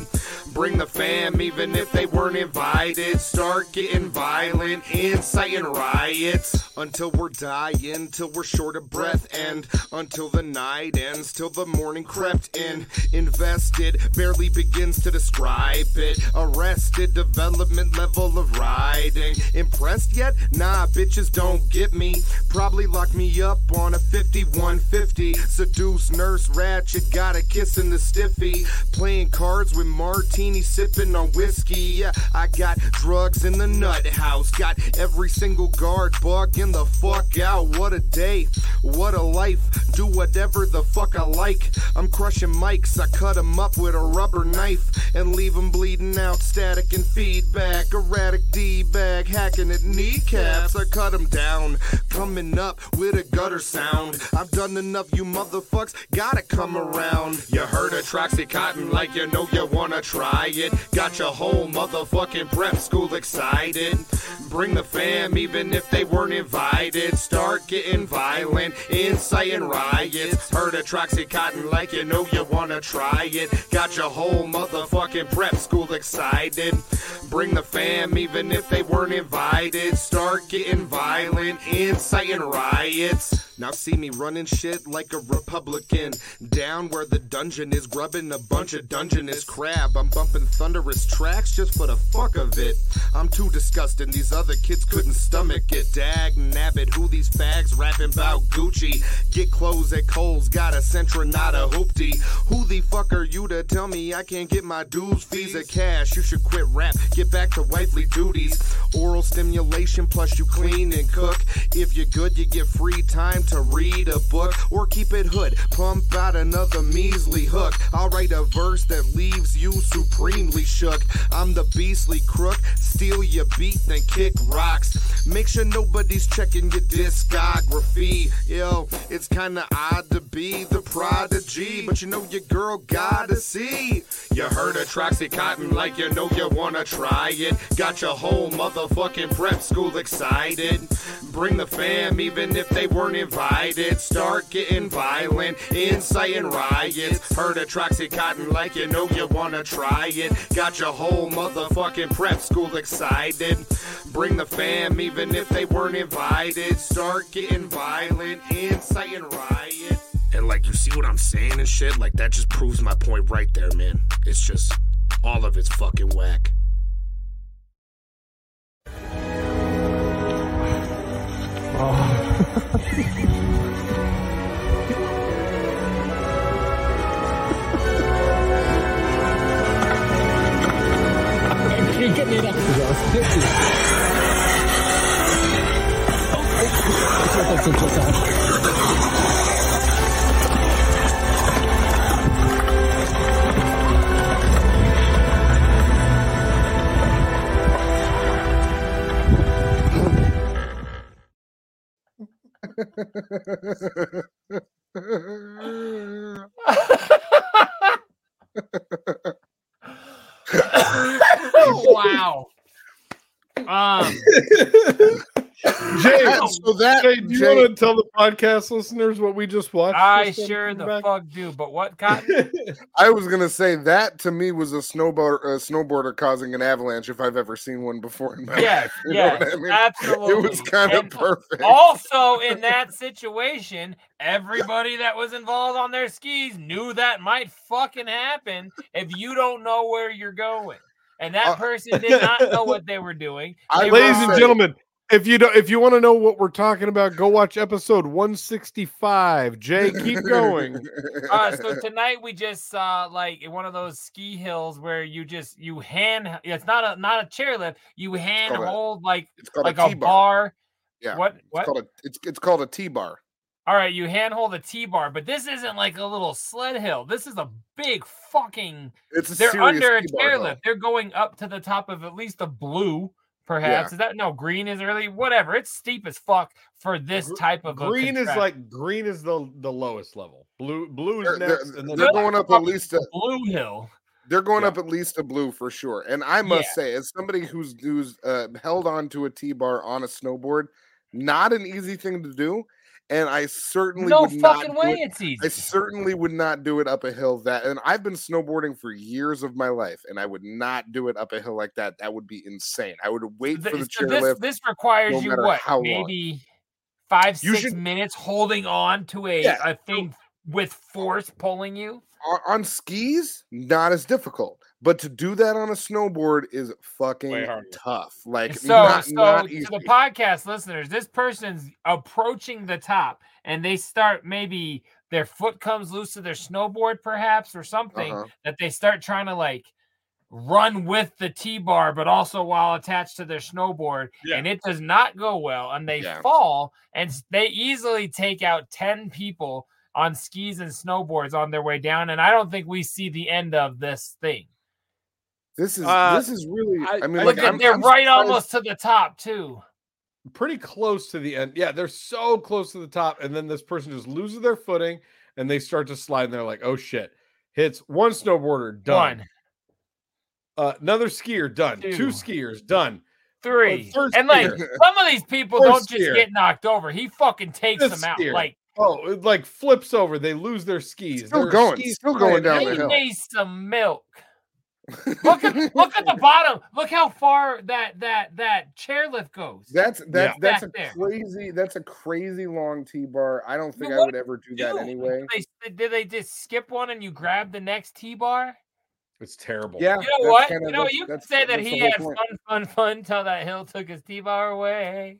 Bring the fam even if they weren't invited. Start getting violent, inciting riots. Until we're dying, till we're short of breath, and until the night ends, till the morning crept in. Invested, barely begins to describe it. Arrested, development level of riding. Impressed yet? Nah, bitches don't get me. Probably lock me up on a 5150. Seduce, nurse, ratchet, got a kiss in the stiffy. Playing cards with martini, sipping on whiskey. Yeah, I got drugs in the nut house. Got every single guard bugging the fuck out. What a day, what a life. Do whatever the fuck I like. I'm crushing mics, I cut 'em up with a rubber knife and leave 'em bleeding out. Static and feedback, erratic D bag, hacking at kneecaps. I cut 'em down, coming up with a gutter sound. I've done enough, you motherfucks gotta come around. You heard of Troxy Cotton like you know you wanna try it. Got your whole motherfucking prep school excited. Bring the fam even if they weren't invited. Start getting violent, inciting riots. Heard of Troxy Cotton like you know you wanna try it. Got your whole motherfucking prep school excited. Bring Bring the fam, even if they weren't invited. Start getting violent, inciting riots. Now see me running shit like a Republican. Down where the dungeon is, grubbing a bunch of dungeonous crab. I'm bumping thunderous tracks just for the fuck of it. I'm too disgusting, these other kids couldn't stomach it. Dag nabbit, who these fags rapping about Gucci? Get clothes at Kohl's, got a Sentra, not a hoopty. Who the fuck are you to tell me I can't get my dues, fees, or cash? You should quit rap, get back to wifely duties. Oral stimulation, plus you clean and cook. If you're good, you get free time to read a book or keep it hood. Pump out another measly hook. I'll write a verse that leaves you supremely shook. I'm the beastly crook, steal your beat, then kick rocks. Make sure nobody's checking your discography. Yo, it's kinda odd to be the prodigy, but you know your girl gotta see. You heard of Troxy Cotton like you know you wanna try it. Got your whole motherfucking prep school excited. Bring the fam even if they weren't invited. Start getting violent, inciting riots. Heard of Troxy Cotton like you know you wanna try it. Got your whole motherfucking prep school excited. Bring the fam even if they weren't invited. Start getting violent, inciting riots. And like, you see what I'm saying and shit? Like, that just proves my point right there, man. It's just, all of it's fucking whack. Get me wow. Um, Jay, Wow. so that Jay, do you want to tell the podcast listeners what we just watched? I this time sure the coming back? fuck do, but what cotton? I was gonna say that to me was a snowboarder, a snowboarder causing an avalanche if I've ever seen one before in my Yes, life. You know yes, what I mean? absolutely. It was kind of And perfect. Also, in that situation, everybody that was involved on their skis knew that might fucking happen if you don't know where you're going. And Uh, that person did not know what they were doing. They were ladies and on- gentlemen, if you don't, if you want to know what we're talking about, go watch episode 165. Jay, keep going. Uh, so tonight we just saw like one of those ski hills where you just you hand it's not a not a chairlift you hand called a- hold like it's called a like a, T-bar. bar Yeah. what It's what called a it's, it's called a T bar. All right, you handhold a T bar, but this isn't like a little sled hill. This is a big fucking. It's a they're serious under a T-bar hill. chairlift. They're going up to the top of at least a blue, perhaps. Yeah. Is that no green is early? Whatever. It's steep as fuck for this type of a green is contraption. like green is the the lowest level. Blue blue is They're, they're- next, and then they're going up at least a blue hill. They're going up at least a blue for sure. And I must say, as somebody who's who's uh, held on to a T bar on a snowboard, not an easy thing to do. And I certainly No would not fucking do way it- it's easy. I certainly would not do it up a hill that and I've been snowboarding for years of my life and I would not do it up a hill like that. That would be insane. I would wait Th- for the so this, chairlift. this requires no you matter what? how long. Maybe five You six should- minutes holding on to a Yeah. a thing with force pulling you. on, on skis, not as difficult. But to do that on a snowboard is fucking tough. Like so, not, so not to easy. the podcast listeners, this person's approaching the top, and they start maybe their foot comes loose of their snowboard, perhaps, or something Uh-huh. that they start trying to like run with the T bar, but also while attached to their snowboard, and it does not go well, and they Yeah. fall, and s- they easily take out ten people on skis and snowboards on their way down, and I don't think we see the end of this thing. This is Uh, this is really. I, I- mean, I like, look at I'm, They're I'm right surprised- almost to the top too. pretty close to the end. Yeah, they're so close to the top, and then this person just loses their footing and they start to slide. And they're like, "Oh shit!" Hits one snowboarder, done. One. Uh, another skier, done. Two, Two. skiers, done. three. first and like year. some of these people do don't First just year. get knocked over. He fucking takes Fifth them out. skier. Like oh, it like flips over. They lose their skis. Still Their going, skis still flying going down he the out. hill. needs some milk. look at look at the bottom. Look how far that that that chairlift goes. That's Back that's that's a there. crazy that's a crazy long T bar. I don't think I what would ever do that Dude, anyway. They, did they just skip one and you grab the next T bar? It's terrible. Yeah, You know that's what? kinda- you know that's- you can that's- say that that's he the whole had fun, point. fun, fun till that hill took his T bar away.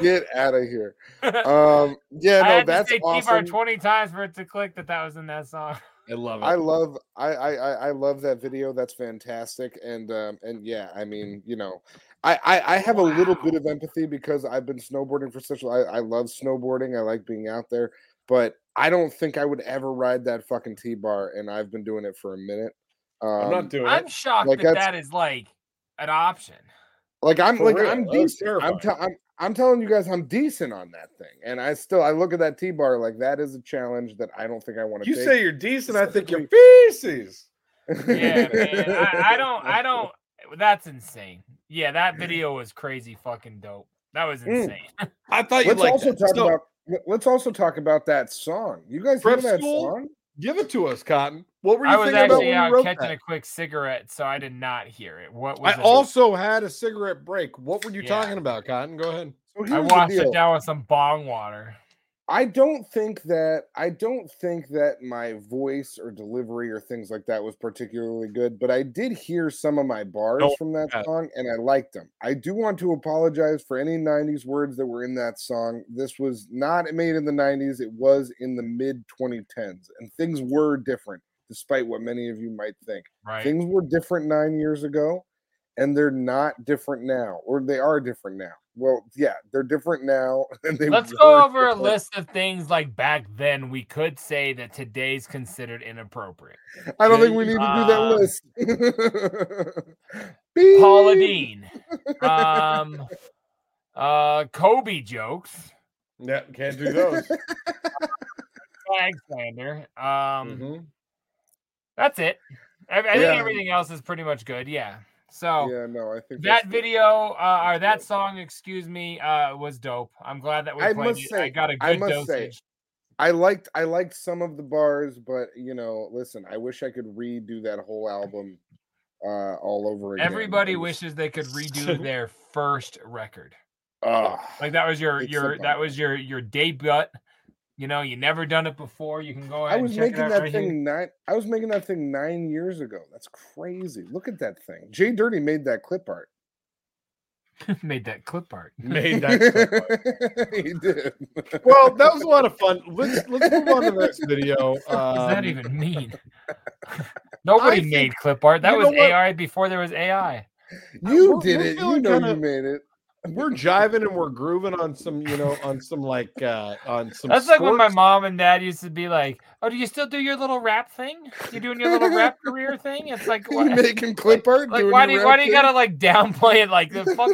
Get out of here. Um, yeah, I no, had that's to say T-bar awesome. twenty times for it to click that that was in that song. I love I love I, I I I love that video. That's fantastic. And um and yeah, I mean, you know, I I, I have a little bit of empathy because I've been snowboarding for such a I, I love snowboarding. I like being out there, but I don't think I would ever ride that fucking T bar and I've been doing it for a minute. Um, I'm shocked like, that that's- that is like an option. Like I'm For like real, I'm that was decent. I'm, te- I'm I'm telling you guys I'm decent on that thing, and I still I look at that T bar like that is a challenge that I don't think I want to. You take. say you're decent, I think you're feces. Yeah, man. I, I don't. I don't. That's insane. Yeah, that video was crazy fucking dope. That was Mm. insane. I thought Let's also talk about. let- Let's also talk about that song. You guys hear Prep that school? song? Give it to us, Cotton. What were you I was thinking about actually when you out wrote catching that? a quick cigarette, so I did not hear it. What was I it? also had a cigarette break. What were you Yeah. talking about, Cotton? Go ahead. I here's the washed it deal. down with some bong water. I don't think that I don't think that my voice or delivery or things like that was particularly good, but I did hear some of my bars Don't from that forget. song and I liked them. I do want to apologize for any 90s words that were in that song. This was not made in the 90s, it was in the mid 2010s and things were different despite what many of you might think. Right. Things were different 9 years ago and they're not different now or they are different now. Well, yeah, they're different now and they Let's were go over a different. list of things like back then we could say that today's considered inappropriate. I don't think we need to do that Um, list. Paula Dean, um, uh, Kobe jokes, Yeah, can't do those. flag slander. Um, Mm-hmm. that's it. I, I think Yeah. everything else is pretty much good. Yeah. So yeah, no, I think that that's- video uh, or that song, excuse me, uh, was dope. I'm glad that we I played must it. say, I got a I good must say, dosage. I liked I liked some of the bars, but you know, listen, I wish I could redo that whole album uh all over again. Everybody It was- wishes they could redo their first record. Ugh. Like that was your It's your so that bummer. was your your debut. You know, you never done it before. You can go I ahead was and check it making out that right here. thing nine I was making that thing nine years ago. That's crazy. Look at that thing. Jay Dirty made that clip art. made that clip art. Made that clip art. he did. Well, that was a lot of fun. Let's let's move on to the next video. What does that Um, even mean? Nobody I made think- clip art. That you was know what? AI before there was AI. You we're- did we're it. You feeling know kinda- you made it. we're jiving and we're grooving on some, you know, on some like uh on some. That's like when my squirts. mom and dad used to be like, "Oh, do you still do your little rap thing? You doing your little rap career thing?" It's like, You why, making clip art? like doing why do your you, why rap do you thing? gotta like downplay it? Like, the fuck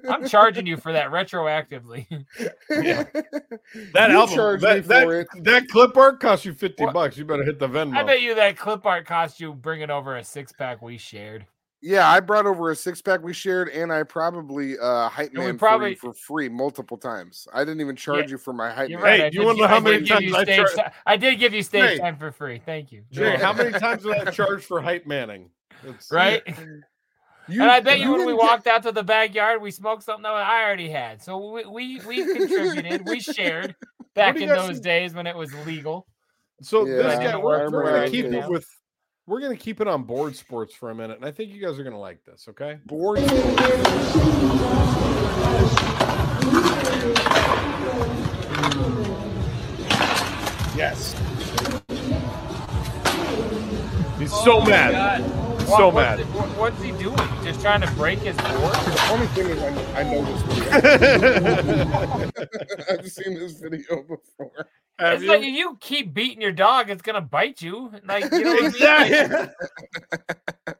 you! I'm charging you for that retroactively. that You album charged me that, for that, it. that clip art cost you fifty What? bucks. You better hit the Venmo. I bet you that clip art cost you bringing over a six pack we shared. Yeah, I brought over a six pack we shared, and I probably uh hype And we man probably- for you for free multiple times. I didn't even charge you for my hype You're man. right. Hey, I do you did wanna know gi- how I did many give times you I stage char- ti- I did give you stage Jay. time for free. Thank you. Jay, how many times did I charge for hype manning? It's- Right? You- and I bet you you when we didn't get- walked out to the backyard, we smoked something that I already had. So we we, we contributed, we shared back do in you guys those think- days when it was legal. So Yeah, this I guy, don't we're, remember we're where I gonna keep did it that. with. We're gonna keep it on board sports for a minute, and I think you guys are gonna like this. Okay. bored. Yes. He's so mad. So what's mad. He, Oh what- what's he doing? Just trying to break his board? The only thing is, I, I know this video. I've seen this video before. Have it's like if you? you keep beating your dog, it's gonna bite you. Like you know what I mean? Exactly.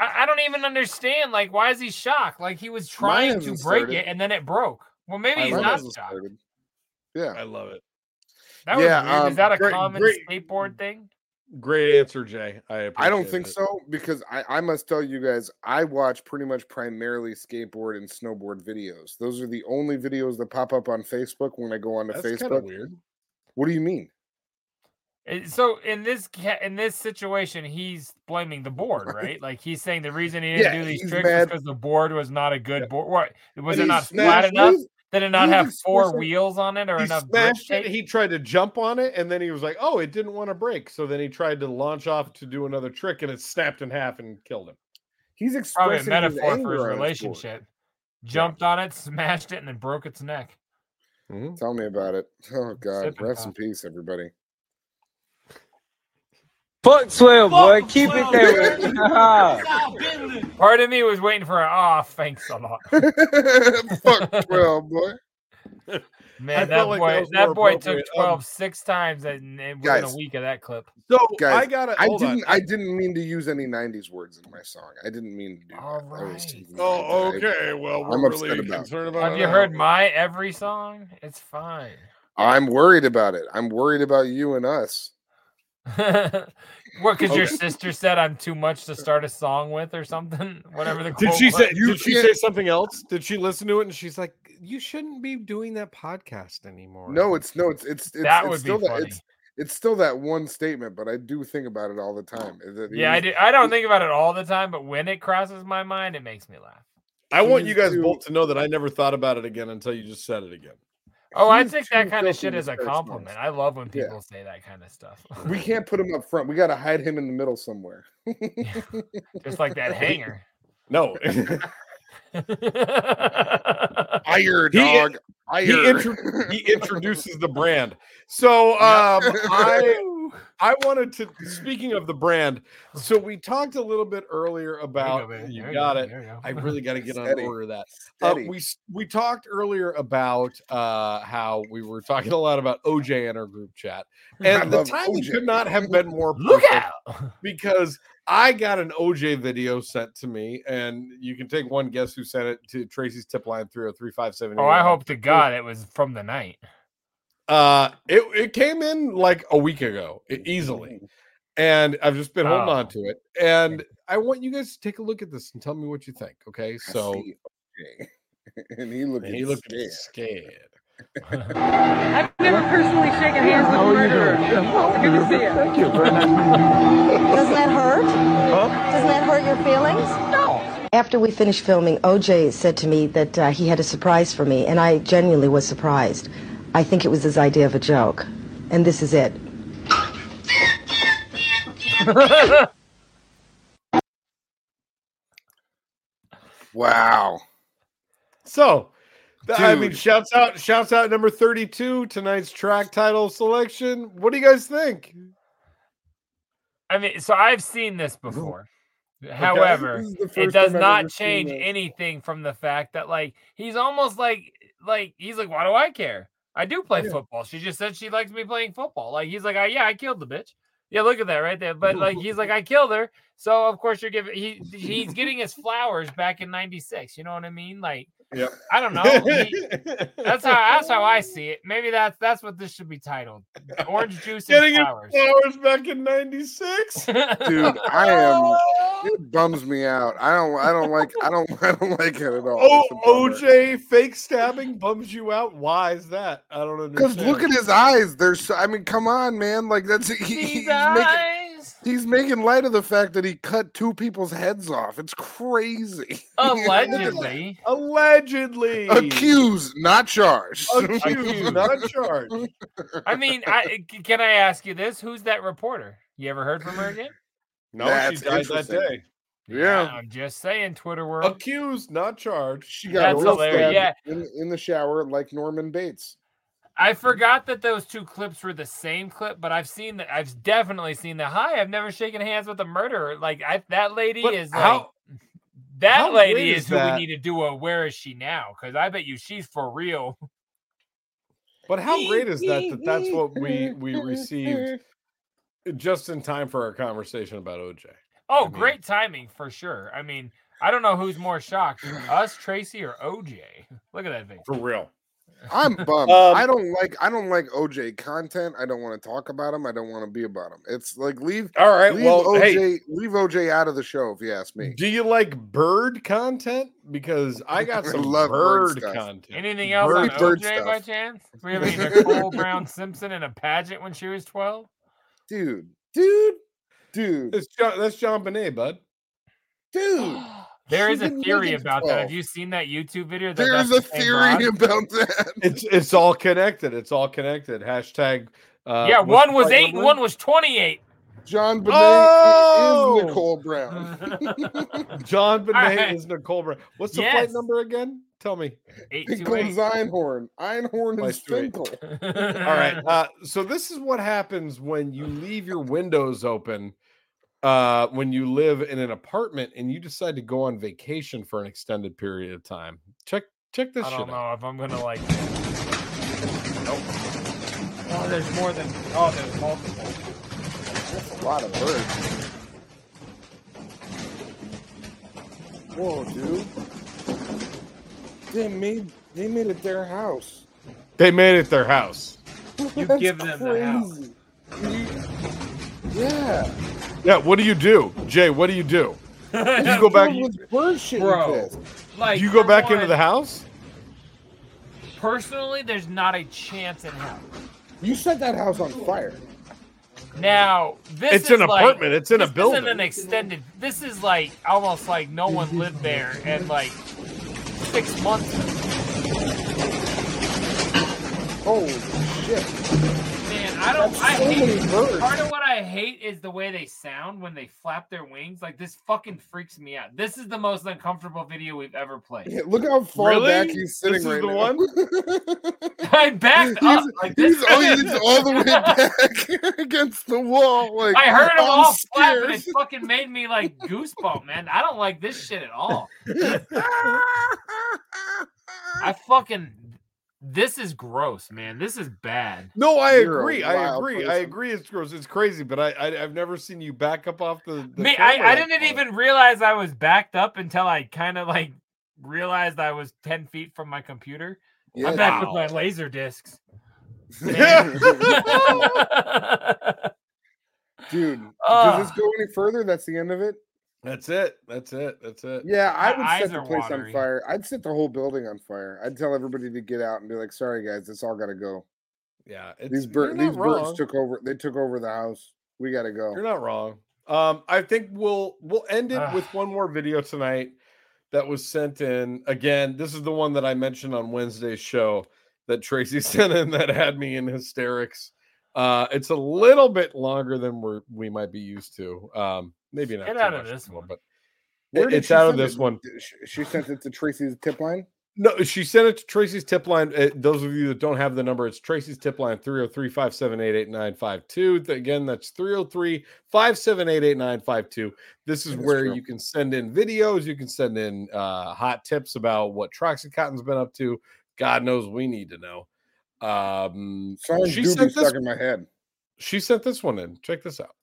I, I don't even understand. Like, why is he shocked? Like he was trying to hasn't break started. it and then it broke. Well, maybe Mine he's Mine not hasn't shocked. started. Yeah. I love it. That Yeah, was weird. um, is that a great- common great- skateboard thing? Great answer, Jay. I appreciate I don't think it. so because I, I must tell you guys, I watch pretty much primarily skateboard and snowboard videos. Those are the only videos that pop up on Facebook when I go onto That's kind of Facebook. weird. What do you mean? Uh, So in this ca- in this situation, he's blaming the board, right? Like he's saying the reason he didn't Yeah, do these he's tricks mad. was because the board was not a good board. What was And it he not flat smashed- enough? he- Did it not he have was four supposed to- wheels on it or he enough grip smashed it. He tried to jump on it, and then he was like, "Oh, it didn't want to break." So then he tried to launch off to do another trick, and it snapped in half and killed him. He's Probably expressing a his metaphor for anger his on his board. relationship. Jumped on it, smashed it, and then broke its neck. Tell me about it. Oh God, Sipping rest in peace, everybody. Fuck Swill, boy. Keep it there. Part of me was waiting for a ah, thanks a lot. Fuck twelve, boy. Man, I that felt like boy, that that, was more boy took appropriate. Um, 12 six times in, in, within guys. a week of that clip. So Guys, I gotta. I hold on. didn't. I didn't mean to use any '90s words in my song. I didn't mean to do that. that. was something Oh, that I- okay. Well, we're I'm upset really about it. concerned about. Have it you now. heard my every song? It's fine. I'm worried about it. I'm worried about you and us. what? Because your Okay. sister said I'm too much to start a song with, or something. Whatever the Did quote she was. say? Did she say something else? Did she listen to it and she's like, "You shouldn't be doing that podcast anymore." No, it's no, it's it's it's, That it's would be still that funny. it's it's still that one statement, but I do think about it all the time. That Yeah, I do. he's- I don't think about it all the time, but when it crosses my mind, it makes me laugh. I want you he's guys too- both to know that I never thought about it again until you just said it again. Oh, I he's take that too kind of filthy shit to as a curse once. compliment. I love when Yeah. people say that kind of stuff. We can't put him up front. We got to hide him in the middle somewhere. Just like that hanger. No. Fire, dog. Fire. He, intro- he introduces the brand. So um, I I wanted to. Speaking of the brand, so we talked a little bit earlier about man. you, There you got go, it. there you go. I really got to get on Steady. order of that. Uh, Steady. we s- we talked earlier about uh, how we were talking a lot about OJ in our group chat, I and the love timing OJ. could not have been more Look perfect out! because I got an OJ video sent to me, and you can take one guess who sent it to Tracy's tip line three zero three five seven. Oh, I hope to God it was from the night. Uh, it it came in like a week ago, e- easily, and I've just been holding Oh. on to it. And I want you guys to take a look at this and tell me what you think. Okay, I so see OJ. and he looked. he looked scared. I've never personally shaken hands with a murderer. Good to see you. Thank you. Very nice Doesn't that hurt? Doesn't that hurt your feelings? No. After we finished filming, OJ said to me that uh, he had a surprise for me, and I genuinely was surprised. I think it was his idea of a joke. And this is it. Wow. So, th- I Dude. mean, shouts out, shouts out number 32, tonight's track title selection. What do you guys think? I mean, so I've seen this before. However, This is the it first does time I've not ever seen change this. anything from the fact that like he's almost like like he's like, why do I care? I do play Yeah. football. She just said she likes me playing football. Like he's like, I, yeah, I killed the bitch. Yeah, look at that right there. But like he's like, I killed her. So of course you're giving he he's getting his flowers back in '96. You know what I mean? Like Yeah. I don't know. He- that's how that's how I see it. Maybe that's that's what this should be titled: Orange Juice and Getting it Flowers. flowers back in 96. Dude, I am. It bums me out. I don't. I don't like. I don't. I don't like it at all. Oh, It's a bummer. OJ fake stabbing bums you out. Why is that? I don't understand. Because look at his eyes. There's, so, I mean, come on, man. Like that's he, he's, making, eyes. he's making light of the fact that he cut two people's heads off. It's crazy. Allegedly. Allegedly. Accused, not charged. Oh, Accused, not charged. I mean, I c- can I ask you this? Who's that reporter? You ever heard from her again? No, That's she died that interesting. day. Yeah. I'm just saying, Twitter world. Accused, not charged. She That's got real hilarious. stabbed Yeah. in, in the shower like Norman Bates. I forgot that those two clips were the same clip, but I've seen that. I've definitely seen that. Hi, I've never shaken hands with a murderer. Like I, that lady But is like how- that how lady weird is is who that? we need to do a where is she now? Because I bet you she's for real. But how great is that that that's what we we received just in time for our conversation about OJ. Oh, great timing for sure. I mean, I don't know who's more shocked, us, Tracy, or OJ. Look at that thing. For real. I'm bummed. Um, I don't like. I don't like OJ content. I don't want to talk about him. I don't want to be about him. It's like leave. All right, Leave well, OJ. hey. Leave OJ out of the show if you ask me. Do you like bird content? Because I got I some love bird bird, stuff. content. Anything else Bird- on bird OJ by stuff. chance? We have any Nicole Brown Simpson in a pageant when she was twelve. dude, dude, dude. It's John, that's John Bonet, bud. Dude. There is She's a in theory Wiggins about 12. that. Have you seen that YouTube video? That There that's is a the same theory rod? about that. It's it's all connected. It's all connected. Hashtag. Uh, yeah, what's one was the right eight and one was twenty-eight. John Bonet Oh! is Nicole Brown. John Bonet Alright. is Nicole Brown. What's the Yes. flight number again? Tell me. Eight two Finkel eight. Einhorn. Einhorn Nice is to meet Finkel. All right. Uh, so this is what happens when you leave your windows open. Uh, when you live in an apartment and you decide to go on vacation for an extended period of time, check check this I shit don't out. know if I'm gonna like. Nope. Oh, there's more than. Oh, there's multiple. That's a lot of birds. Whoa, dude. They made they made it their house. They made it their house. You That's give them the house. crazy. Yeah. Yeah. What do you do, Jay? What do you do? You like, go back. Filled with bird shit Bro. infest. Do you go for back into one, the house? Personally, there's not a chance in hell. You set that house on fire. Now this It's is an like- apartment. It's in a this building. Isn't an extended. This is like almost like no one lived there in like six months. Holy shit. Man, I don't. I So hate. many birds. Part of what I hate is the way they sound when they flap their wings. Like this fucking freaks me out. This is the most uncomfortable video we've ever played. Yeah, look how far Really? back he's sitting This is right the now. one? I backed up. Like this. He's, all, he's all the way back against the wall. Like I heard them I'm all flap, scared. and it fucking made me like goosebump, man. I don't like this shit at all. I fucking. This is gross, man. This is bad. No, I You're a agree. I wild agree. I person. agree. It's gross. It's crazy, but I, I I've never seen you back up off the. the Me, camera I, I like didn't that. even realize I was backed up until I kind of like realized I was ten feet from my computer. Yeah, I'm back Wow. with my laser discs. dude. Ugh. Does this go any further? That's the end of it. That's it. That's it. That's it. Yeah, I My would eyes set the are place watery. on fire. I'd set the whole building on fire. I'd tell everybody to get out and be like, "Sorry guys, it's all got to go." Yeah. It's, These you're birds, not these birds wrong. took over. They took over the house. We got to go. You're not wrong. Um, I think we'll we'll end it with one more video tonight that was sent in. Again, this is the one that I mentioned on Wednesday's show that Tracy sent in that had me in hysterics. Uh, it's a little bit longer than we're we might be used to. Um, maybe not. Get too out of much, this one. but Where it- did it's she out of send it? this one. Did she- She sent it to Tracy's tip line. No, she sent it to Tracy's tip line. Uh, those of you that don't have the number, it's Tracy's tip line 303 578 8952. Again, that's 303 578 8952. This is That is where true. you can send in videos, you can send in uh, hot tips about what Troxy Cotton's been up to. God knows we need to know. Um, Sounds she, doobie sent this, stuck in my head. she sent this one in. Check this out.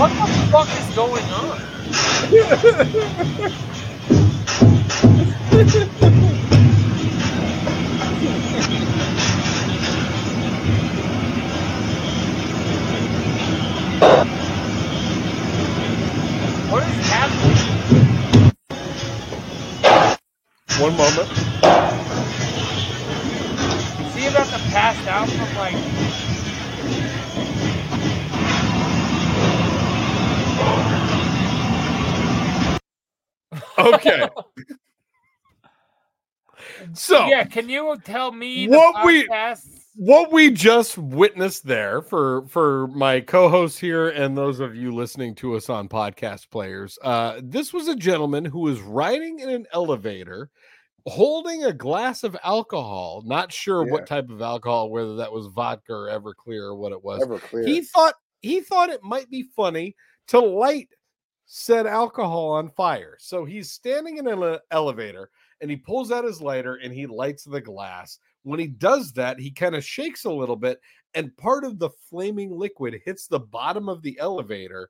What the fuck is going on? What is happening? One moment. Is he about to pass out from like? Okay. so, yeah, can you tell me What what we- we? what we just witnessed there for for my co-hosts here and those of you listening to us on podcast players uh this was a gentleman who was riding in an elevator holding a glass of alcohol not sure Yeah. what type of alcohol whether that was vodka or everclear or what it was Ever clear. he thought he thought it might be funny to light said alcohol on fire. So he's standing in an ele- elevator and he pulls out his lighter and he lights the glass. When he does that, he kind of shakes a little bit and part of the flaming liquid hits the bottom of the elevator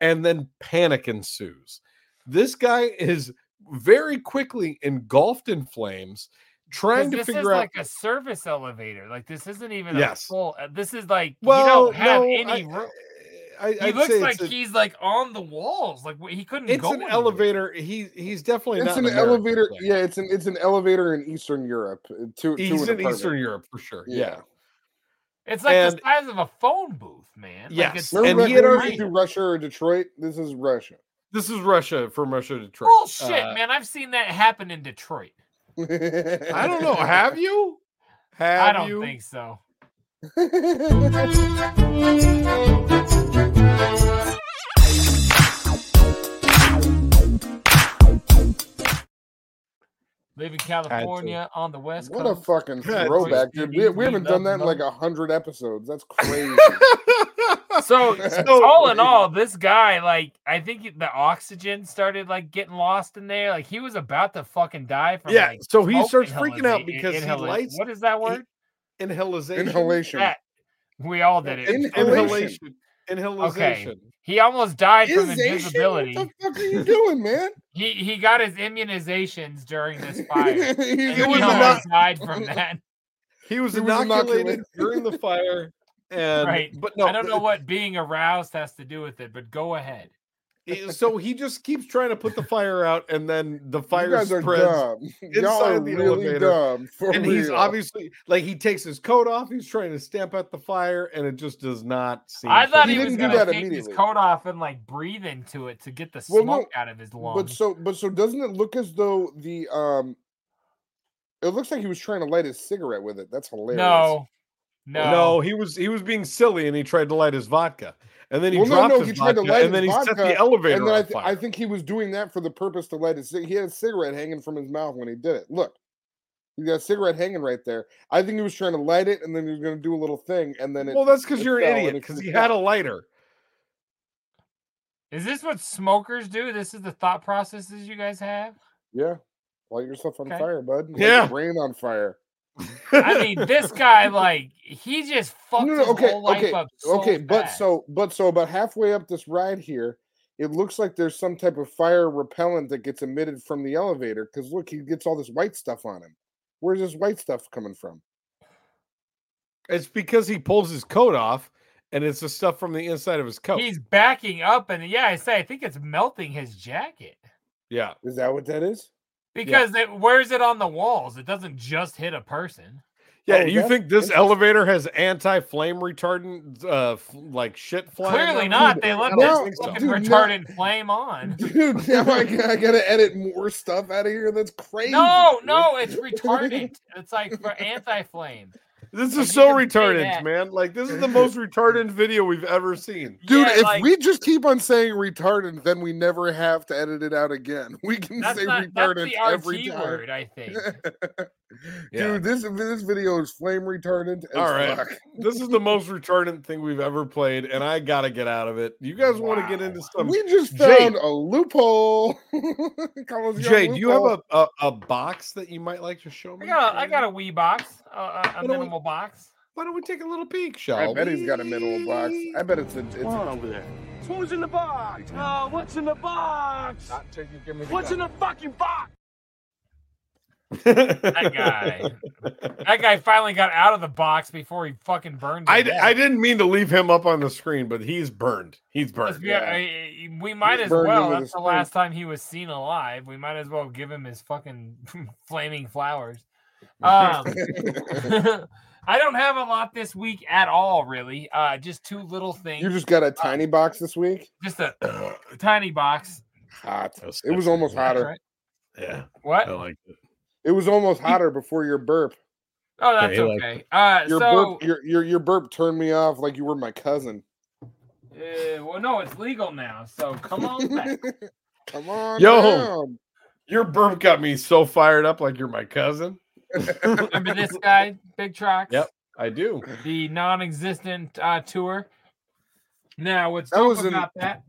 and then panic ensues. This guy is very quickly engulfed in flames. trying 'Cause to this figure is out like a service elevator. Like this isn't even Yes. a full. uh, This is like you Well, don't no, have any I- room. I- he I'd looks say like it's a- he's like on the walls. Like wh- he couldn't it's go. an elevator. He he's definitely It's not an in America. elevator. Yeah, it's an it's an elevator in Eastern Europe. uh, To, to He's an in apartment. Eastern Europe for sure. Yeah. It's like and- the size of a phone booth, man. Like Yes, it's No and he had reference already. to Russia or Detroit. This is Russia. This is Russia from Russia to Detroit. bullshit, Uh, man. I've seen that happen in Detroit. I don't know. Have you? Have I don't you? think so. Live in California on the West What a Coast. fucking Detroit throwback, dude. We, CDs, we haven't done that in love like a hundred episodes. That's crazy. so, all in all, this guy, like, I think the oxygen started like getting lost in there. Like he was about to fucking die from. Yeah, like, so he smoke starts freaking out inhalation- because he inhalation. lights- What is that word? Inhalation. Inhalation. That- We all did it. In- Inhalation. Inhalation. Okay. He almost died from Is Asian? invisibility. What the fuck are you doing, man? He he got his immunizations during this fire. He's and he doing the almost knock- died from that. He was He was inoculated inoculated. during the fire. And right. but no, I don't know th- what being aroused has to do with it, but go ahead. it- so he just keeps trying to put the fire out, and then the fire you guys are spreads dumb. Y'all inside are the really elevator. dumb. For and real. he's obviously like he takes his coat off. He's trying to stamp out the fire, and it just does not seem. I to thought work. he, was didn't do gonna that take his immediately. coat off and like breathe into it to get the Well, smoke no, out of his lungs. But so, but so, doesn't it look as though the um, it looks like he was trying to light his cigarette with it. That's hilarious. no, no, No, he was he was being silly, and he tried to light his vodka, and then he well, no, dropped no, his he tried vodka, to light and then his he vodka, set the elevator and then I, on th- fire. I think he was doing that for the purpose to light his. cig- He had a cigarette hanging from his mouth when he did it. Look, he got a cigarette hanging right there. I think he was trying to light it, and then he was going to do a little thing, and then it. well, that's because it you're fell an and idiot. it Because he freaked had a out. lighter. Is this what smokers do? This is the thought processes you guys have? yeah. Light yourself on Okay. fire, bud. Light Yeah. your brain on fire. I mean, this guy, like, he just fucked no, no, his okay, whole life okay, up. So okay. But fast. so, but so, about halfway up this ride here, it looks like there's some type of fire repellent that gets emitted from the elevator. Because look, he gets all this white stuff on him. Where's this white stuff coming from? It's because he pulls his coat off, and it's the stuff from the inside of his coat. he's backing up, and yeah, I say I think it's melting his jacket yeah, Is that what that is? because it wears it on the walls. It doesn't just hit a person. yeah. Oh, you that's think this interesting. elevator has anti-flame retardant, uh, f- like shit flying? Clearly around? not. dude, They let I this don't think so. fucking Dude, no. retardant flame on. Dude, now I, g- I gotta edit more stuff out of here. That's crazy. No, dude. no, it's retardant. It's like for anti-flame. This Like, is you so can say retardant, that. man. Like this is the most retardant video we've ever seen. Dude, Yeah, if like- we just keep on saying retardant, then we never have to edit it out again. We can That's say not that's retardant the every RT time. word, I think. Yeah. Dude, this this video is flame retardant. As All right. fuck. This is the most retardant thing we've ever played, and I gotta get out of it. You guys want to get into some? we just Jay. found a loophole. Carlos, you got a Jay, do you have loophole. a, a a box that you might like to show I me? got a, I got a wee box, a, a, a What do we- minimal box. Why don't we take a little peek, I shall bet he's we? got a minimal box. I bet it's a. It's a over there? Who's in the box? Oh, what's in the box? What's in the fucking box? That guy, that guy finally got out of the box before he fucking burned. to I, d- death. I didn't mean to leave him up on the screen, but he's burned. He's Let's burned. be- I- I- we might He's as burned well. into That's the the last time he was seen alive. We might as well give him his fucking flaming flowers. Um, I don't have a lot this week at all, really. Uh, just two little things. you just got a tiny box this week. just a tiny box. Hot. That's It was good. almost hotter. Right? Yeah, What? I like it. It was almost hotter before your burp. Oh, that's he liked okay. Uh, Your so, burp. Your, your your burp turned me off like you were my cousin. uh, well, no, it's legal now. So come on back. Come on, Yo. down. Your burp got me so fired up, like you're my cousin. Remember this guy, Big Tracks? Yep. I do. The non-existent uh, tour. Now, what's That dope was in- about that?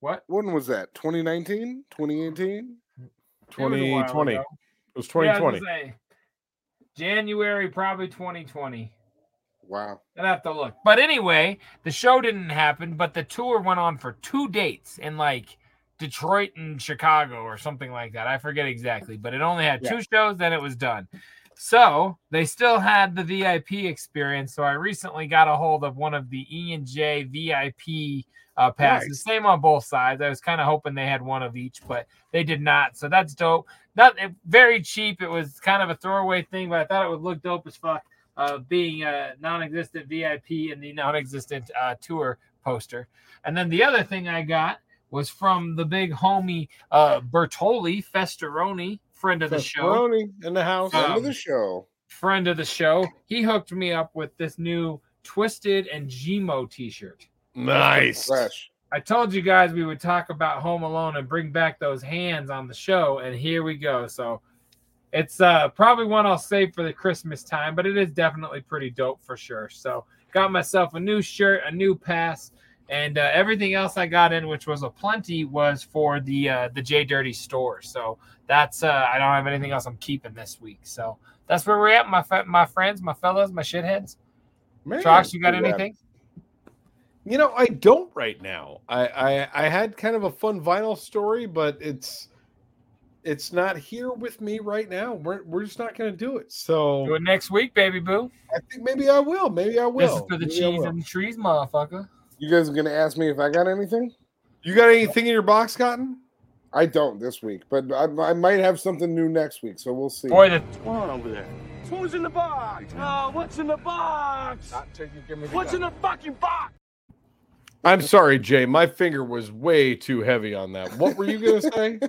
What? When was that? 2019? 2018? It was a while 2020. It ago. was Yeah, I 2020. was gonna say, January, probably 2020. Wow. I'd have to look. But anyway, the show didn't happen, but the tour went on for two dates in like Detroit and Chicago or something like that. I forget exactly, but it only had two shows, then it was done. So they still had the VIP experience. So I recently got a hold of one of the E and J VIP uh, Nice. passes. Same on both sides. I was kind of hoping they had one of each, but they did not. So that's dope. Not eh, very cheap. It was kind of a throwaway thing, but I thought it would look dope as fuck. Uh, being a non-existent VIP and the non-existent uh, tour poster. And then the other thing I got was from the big homie uh, Bertoli Festeroni, friend of the show Pepperoni in the Uh, house. Friend of the show. friend of the show. He hooked me up with this new Twisted and Gmo T-shirt. Nice. I told you guys we would talk about Home Alone and bring back those hands on the show, and here we go. So it's uh, probably one I'll save for the Christmas time, but it is definitely pretty dope for sure. So got myself a new shirt, a new pass, and uh, everything else I got in, which was a plenty, was for the uh, the J Dirty store. So that's uh, I don't have anything else I'm keeping this week. So that's where we're at, my fe- my friends, my fellas, my shitheads. Man, Trox, you got yeah. anything? You know, I don't right now. I, I I had kind of a fun vinyl story, but it's it's not here with me right now. We're we're just not going to do it. So do it next week, baby boo. I think maybe I will. Maybe I will. This is for the Maybe I cheese will. and the trees, motherfucker. You guys are gonna ask me if I got anything? You got anything in your box, Cotton? I don't this week, but I, I might have something new next week, so we'll see. Boy, the- what's going on over there? Who's in the box? Oh, what's in the box? What's in the fucking box? I'm sorry, Jay. My finger was way too heavy on that. What were you gonna say?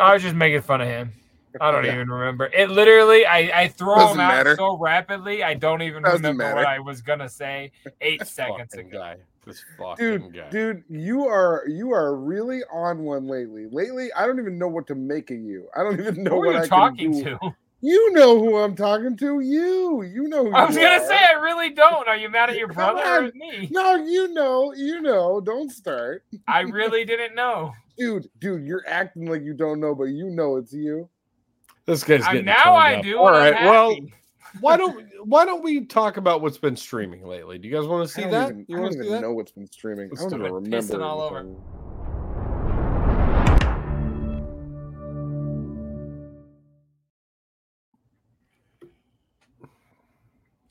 I was just making fun of him. I don't even remember. It literally, I, I throw Doesn't him out matter. so rapidly, I don't even Doesn't remember what matter. I was gonna say eight seconds Fucking ago. guy. This fucking Dude, guy. dude, you are you are really on one lately. Lately, I don't even know what to make of you. I don't even know Who are what you I talking can do. to? You know who I'm talking to. You, you know. Who I was you gonna are. say I really don't. Are you mad at your brother or on. at me? No, you know, you know. Don't start, I really didn't know. dude. Dude, you're acting like you don't know, but you know it's you. This guy's I- getting Uh, now turned I up. do, All and I'm right. Well, happy. why don't why don't we talk about what's been streaming lately? Do you guys want to see I don't that? even- you I want don't to see even that? know what's been streaming. Let's I don't do it. even remember. Pissing all over. anything.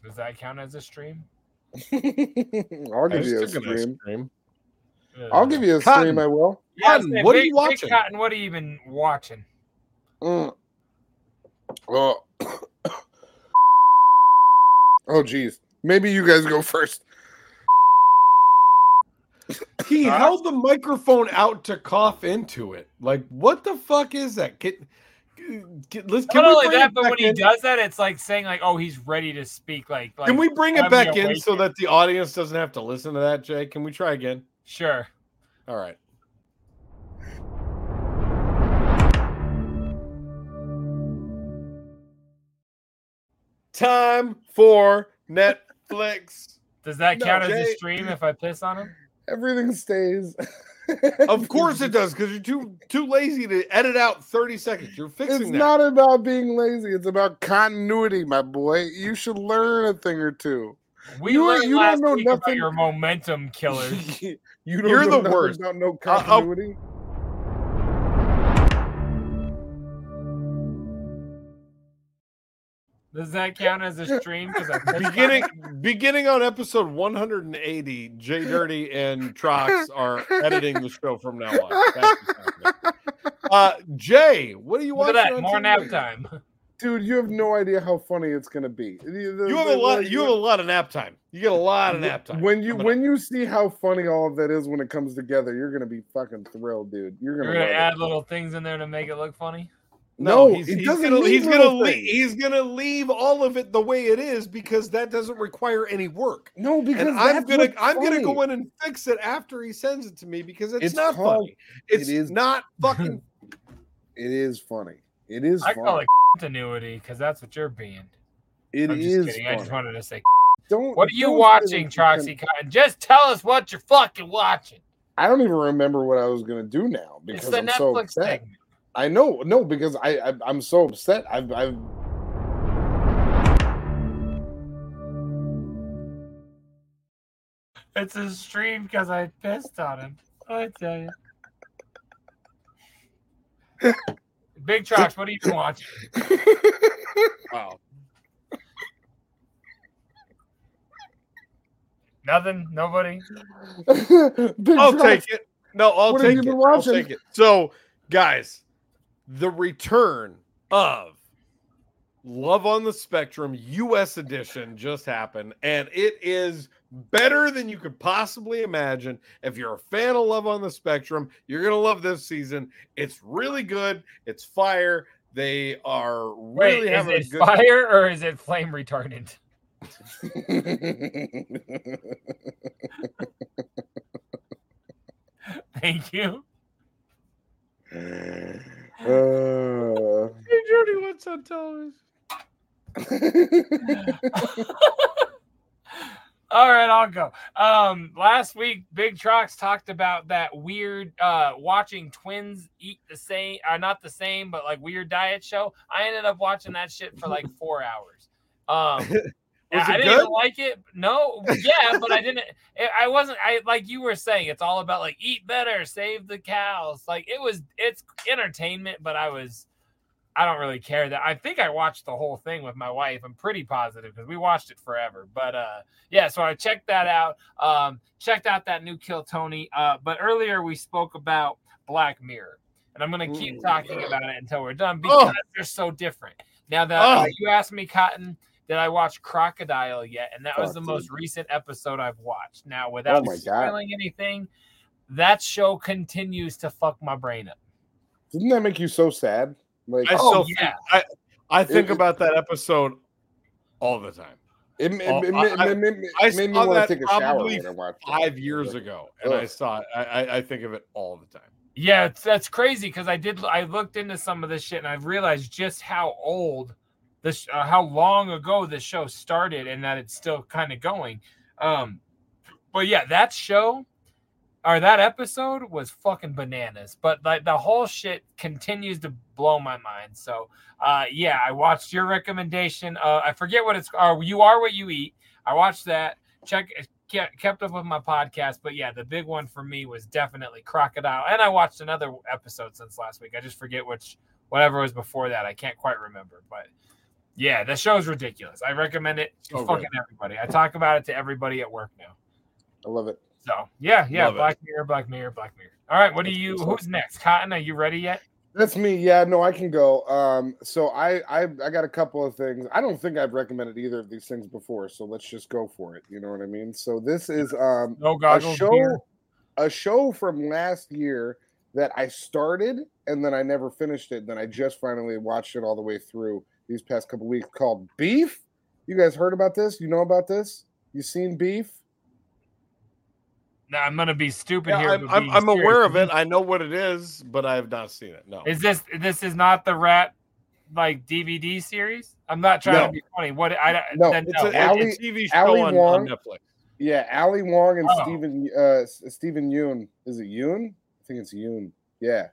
Does that count as a stream? I'll give was you a still gonna stream. stream. I'll give you a Cotton. stream. I will. Yeah, I was Cotton, gonna say, what are Big- you Big watching? Cotton, what are you even watching? Mm. Oh. oh, geez. Maybe you guys go first. He held the microphone out to cough into it. Like, what the fuck is that? Get, get let's can Not we only bring that, it but back when he in? does that, it's like saying like, "Oh, he's ready to speak." Like, like Can we bring it I'm back in so awake. that the audience doesn't have to listen to that, Jay? Can we try again? Sure. All right. Time for Netflix. Does that No, count as a Jay- stream if I piss on him? Everything stays. Of course it does, because you're too too lazy to edit out 30 seconds. You're fixing It's that. not about being lazy. It's about continuity, my boy. You should learn a thing or two. We You- learned you don't last know week about nothing. your momentum killers. you You're the nothing worst. Uh, About no I'll- I'll- continuity. Does that count as a stream? Because I pissed on beginning him? beginning on episode 180 jay dirty and trox are editing the show from now on That's what's happening. uh jay what are you Look at watching on that, more TV? nap time. Dude, you have no idea how funny it's gonna be. you have a lot you have a lot of nap time you get a lot of nap time When you when you see how funny all of that is when it comes together, you're gonna be fucking thrilled, dude. You're You're gonna, gonna love it. add little things in there to make it look funny. No, he's, it he's doesn't gonna need he's little gonna leave, things. he's gonna leave all of it the way it is because that doesn't require any work No, because and I'm that's gonna what's I'm gonna funny. go in and fix it after he sends it to me because it's, It's not called- funny. It's is- not fucking It is funny. It is I funny. call it continuity because that's that's what you're being. It I'm is just kidding. I just funny. wanted to say. Don't. What are you don't watching, give a- Troxy Cotton? Just tell us what you're fucking watching. I don't even remember what I was gonna do now because It's the I'm so Netflix upset. segment. I know, no, because I, I I'm so upset. I've I've It's a stream because I pissed on him. I tell you. Big Trox, what are you watching? wow. Nothing? Nobody? I'll Trox. take it. No, I'll What have take you it. been I'll watching? take it. So, guys, the return of Love on the Spectrum US edition just happened, and it is better than you could possibly imagine. If you're a fan of Love on the Spectrum, you're going to love this season. It's really good, it's fire. They are Wait, really is having a it good fire or is it flame retardant? Thank you. Uh, Hey, Jody, what's on television? All right, I'll go. Um, last week, Big Trox talked about that weird uh, watching twins eat the same, uh, not the same, but like weird diet show. I ended up watching that shit for like four hours. Um, Was I it didn't even good? like it. No, yeah, but I didn't. I- I wasn't. I like you were saying. It's all about like eat better, save the cows. Like it was. It's entertainment, but I was. I don't really care that. I think I watched the whole thing with my wife. I'm pretty positive because we watched it forever. But uh, yeah, so I checked that out. Um, checked out that new Kill Tony. Uh, but earlier we spoke about Black Mirror, and I'm gonna keep talking about it until we're done because they're so different. Now that uh, Oh. you asked me, Cotton, did I watch Crocodile yet? And that was Fuck, the dude. most recent episode I've watched. Now without Oh my God. spoiling anything, that show continues to fuck my brain up. Didn't that make you so sad? Like, I Oh, so yeah. I, I think It- it- about that episode all the time. It, it, Oh, it, I- it made me- I made me saw want that to take a shower probably when I watched it. five years ago, and I Ugh. saw it. I, I, I think of it all the time. Yeah, it's, that's crazy because I did. I looked into some of this shit and I realized just how old this, uh, how long ago this show started, and that it's still kind of going. Um, but yeah, that show or that episode was fucking bananas. But like the whole shit continues to blow my mind. So uh, yeah, I watched your recommendation. Uh, I forget what it's. Uh, you are what you eat. I watched that. Check ke- kept up with my podcast, but yeah, the big one for me was definitely Crocodile, and I watched another episode since last week. I just forget which whatever was before that. I can't quite remember, but yeah, the show's ridiculous. I recommend it to So good. fucking everybody. I talk about it to everybody at work now. I love it. So yeah, yeah, Love it. Black Mirror, Black Mirror, Black Mirror. All right, what do you? Who's next? Cotton, are you ready yet? That's me. Yeah, no, I can go. Um, so I, I I got a couple of things. I don't think I've recommended either of these things before, so let's just go for it. You know what I mean? So this is um No a goggles, show beer. a show from last year that I started and then I never finished it. Then I just finally watched it all the way through these past couple weeks called Beef. You guys heard about this? You know about this? You seen Beef? Now I'm gonna be stupid Yeah, here. I'm, but I'm, being I'm aware serious. of it. I know what it is, but I have not seen it. No. Is this this is not the rat like DVD series? I'm not trying No. to be funny. What I I- No, then it's no. an alley- It's a TV Ali show on, Wong. on Netflix. Yeah, Ali Wong and Oh. Stephen uh S- Stephen Yoon. Is it Yoon? I think it's Yoon. Yeah.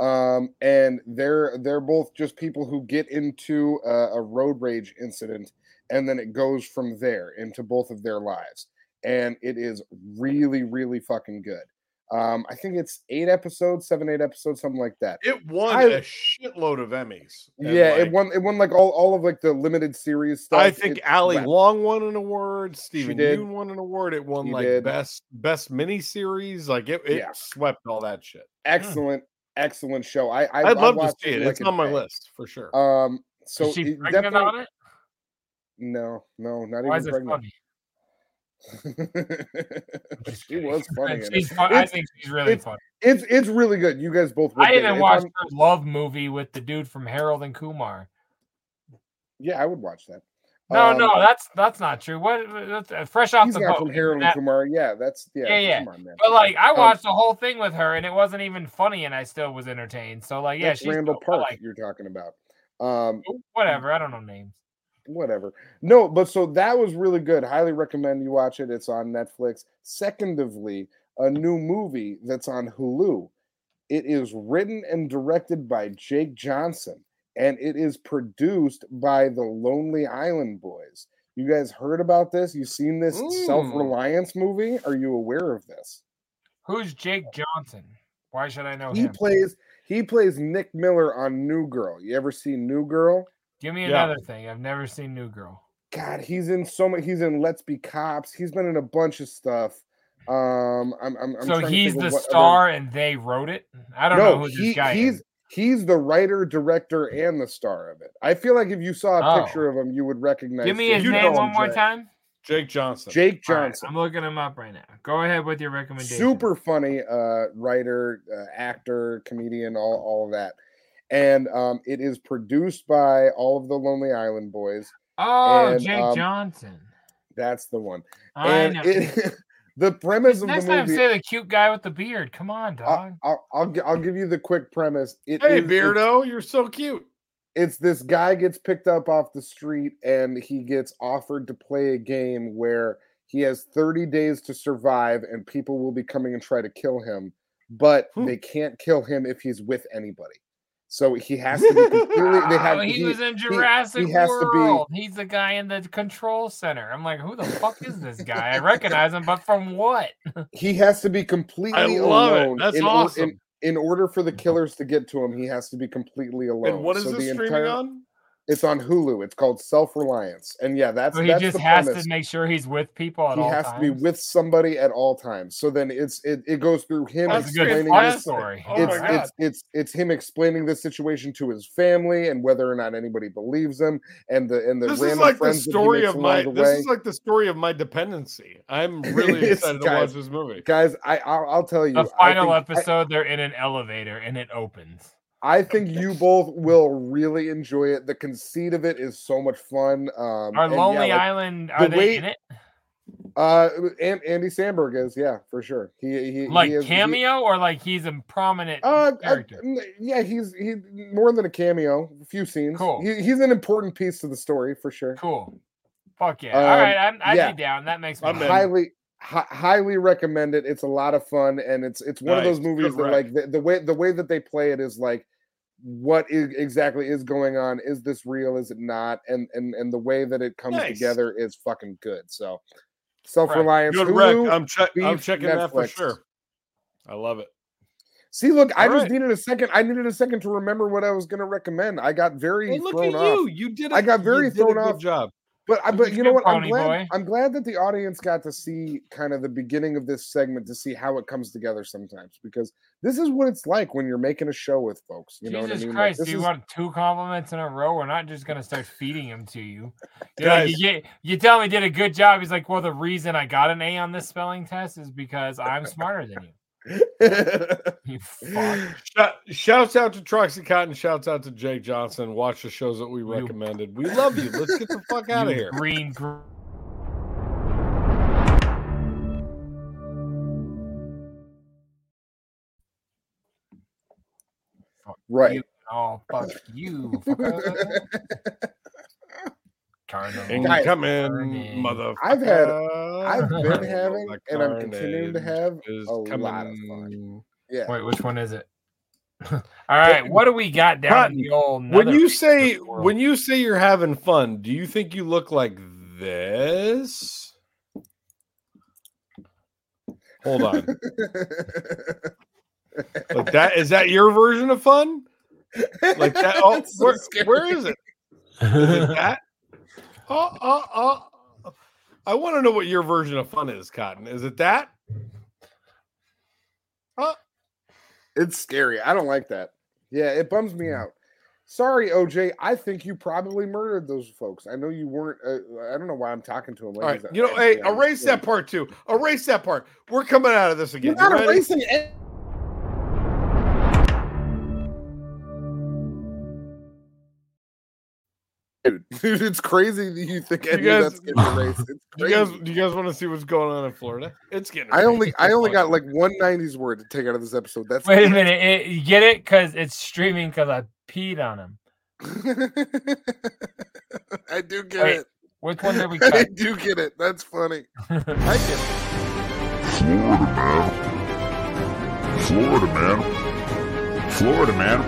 Um, and they're they're both just people who get into a, a road rage incident, and then it goes from there into both of their lives, and it is really really fucking good. Um, I think it's eight episodes, seven eight episodes, something like that. It won I- a shitload of Emmys. and, yeah, it like, won it won like all all of like the limited series stuff. I think It- Ali right. Wong won an award. Stephen did. Yoon won an award. It won She like did. best best miniseries. Like it, it Yeah. swept all that shit. excellent excellent show. I, I I'd I love to watched see in, it. like, it's a on my day. list for sure. Um, so is she it pregnant definitely on it? no, no, not Why is even it pregnant. funny? she was funny. in She's it. fun. I It's- think she's really it's, funny. It's it's really good. You guys both. would I dig it. even Um, If watched I'm- her love movie with the dude from Harold and Kumar. Yeah, I would watch that. No, Um, no, that's that's not true. What? That's, uh, fresh off he's the not boat. from Harold and That- Kumar. Yeah, that's yeah. Yeah, yeah. Come on, man. But like, I Um, watched the whole thing with her, and it wasn't even funny, and I still was entertained. So like, yeah, that's she's Randall dope. I Park like you're talking about. Um, whatever. I don't know names. whatever. No, but so that was really good. Highly recommend you watch it. It's on Netflix. Secondly, a new movie that's on Hulu. It is written and directed by Jake Johnson, and it is produced by the Lonely Island Boys. You guys heard about this? You seen this Mm. self-reliance movie? Are you aware of this? Who's Jake Johnson? Why should I know He him? plays He plays Nick Miller on New Girl. You ever see New Girl? Give me another thing. I've never seen New Girl. God, he's in so much. He's in Let's Be Cops. He's been in a bunch of stuff. Um, I'm, I'm, I'm So trying to he's think the of what other- star and they wrote it? I don't know who this guy is. he's, He's the writer, director, and the star of it. I feel like if you saw a Oh. picture of him, you would recognize. Give me his You know name him, one more Jake. time. Jake Johnson. Jake All right, Johnson. I'm looking him up right now. Go ahead with your recommendation. super funny uh, writer, uh, actor, comedian, all all of that. And um, it is produced by all of the Lonely Island boys. Oh, And, Jake um, Johnson. That's the one. I and know. it- the premise of the Next time, movie. say the cute guy with the beard. Come on, dog. I'll, I'll, I'll gi- I'll give you the quick premise. It Hey, is- it's- Beardo, you're so cute. it's this guy gets picked up off the street and he gets offered to play a game where he has 30 days to survive and people will be coming and try to kill him but they can't kill him if he's with anybody so he has to be completely they have Oh, he, was in he- Jurassic he has to be- World. He's the guy in the control center. I'm like, who the fuck is this guy? I recognize him, but from what? he has to be completely love it. alone That's in, or- awesome. in, in order for the killers to get to him he has to be completely alone And what is So this the streaming entire- on? it's on hulu it's called self-reliance and yeah that's So he that's just the has premise. to make sure he's with people at he all has times. to be with somebody at all times. So then it's it, it goes through him That's a good explaining plot this- story. Oh my It's, God. it's it's it's him explaining the situation to his family and whether or not anybody believes him and the and the This is random like the friends that he story makes of along my. the This way. is like the story of my dependency. I'm really It's- excited to guys, watch this movie. Guys, I I'll, I'll tell you. The I final think- I- episode, they're in an elevator and it opens. I think you both will really enjoy it. The conceit of it is so much fun. Um, Are and yeah, Lonely like, Island? the Are they way- in it? Uh, and Andy Sandberg is yeah for sure. He he Like he is, he- cameo or like he's a prominent Uh, I- character? n- yeah, he's he more than a cameo, a few scenes. Cool. He, he's an important piece to the story for sure. Cool. Fuck yeah! all um, right, I'm, I'd yeah. be down. That makes me I'm happy. highly hi- highly recommend it. It's a lot of fun, and it's it's one of Nice, those movies good that rec. like the, the way the way that they play it is like what is exactly is going on? Is this real? Is it not? And and and the way that it comes Nice. together is fucking good. So self reliance. Good wreck. I'm, check. I'm checking that for sure. I love it. See, look, I All just right. needed a second. I needed a second to remember what I was going to recommend. I got very Well, look thrown at off. you. You did. I I got very you did thrown a off. Good job. But I, but at you know you, what? I'm Pony glad. boy. I'm glad that the audience got to see kind of the beginning of this segment to see how it comes together sometimes because this is what it's like when you're making a show with folks. You know what I Jesus mean? Like, Christ, this do you is- want two compliments in a row? We're not just gonna start feeding him to you. You're like, Guys. you, get, you tell me did a good job. He's like, well, the reason I got an A on this spelling test is because I'm smarter than you. you fuck. Shout, shouts out to Troxy Cotton. Shouts out to Jake Johnson. Watch the shows that we recommended. We love you. Let's get the fuck out of You here. Green, green. right. You, oh fuck you. fucker. Turn around, turn Incoming, in. motherfucker. I've had, I've been Fucking having, and I'm continuing to carnage have is a lot of fun. coming. Yeah. Wait, which one is it? All right, what do we got down Cotton, the old? When nether- you say world. when you say you're having fun, do you think you look like this? Hold on. like that is that your version of fun? Like that? Oh, That's so where, scary. where is it? Is it that? Oh, oh, oh. I want to know what your version of fun is, Cotton. Is it that? It's scary. I don't like that. Yeah, it bums Mm. me out. Sorry, OJ. I think you probably murdered those folks. I know you weren't. Uh, I don't know why I'm talking to him. All right. You know, hey, erase that part too. Erase that part. We're coming out of this again. You're not You ready? erasing it. Dude, dude, it's crazy that you think any guys- of that's getting erased. It's Do you crazy. guys, do you guys want to see what's going on in Florida? It's getting. I only, I only Fuck. got like one '90s word to take out of this episode. That's Wait a it. minute, it, you get it? Because it's streaming. Because I peed on him. I do get Wait, it. which one did we I cut? do get it. That's funny. I get it. Florida man. Florida man. Florida man.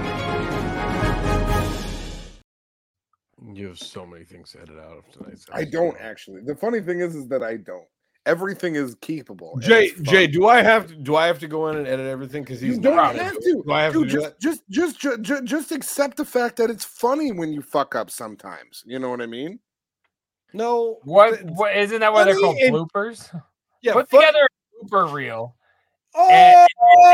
You have so many things to edit out of tonight's. I don't actually. The funny thing is, is that I don't. Everything is keepable. and Jay, it's fun. Jay, do I have to do I have to go in and edit everything because he's you don't not- have to. Do I have Dude, to do just, just, just, ju- ju- just accept the fact that it's funny when you fuck up sometimes. You know what I mean? No. What, what isn't that why they're called Funny and- bloopers? Yeah, Put funny- together a blooper reel. Oh, and-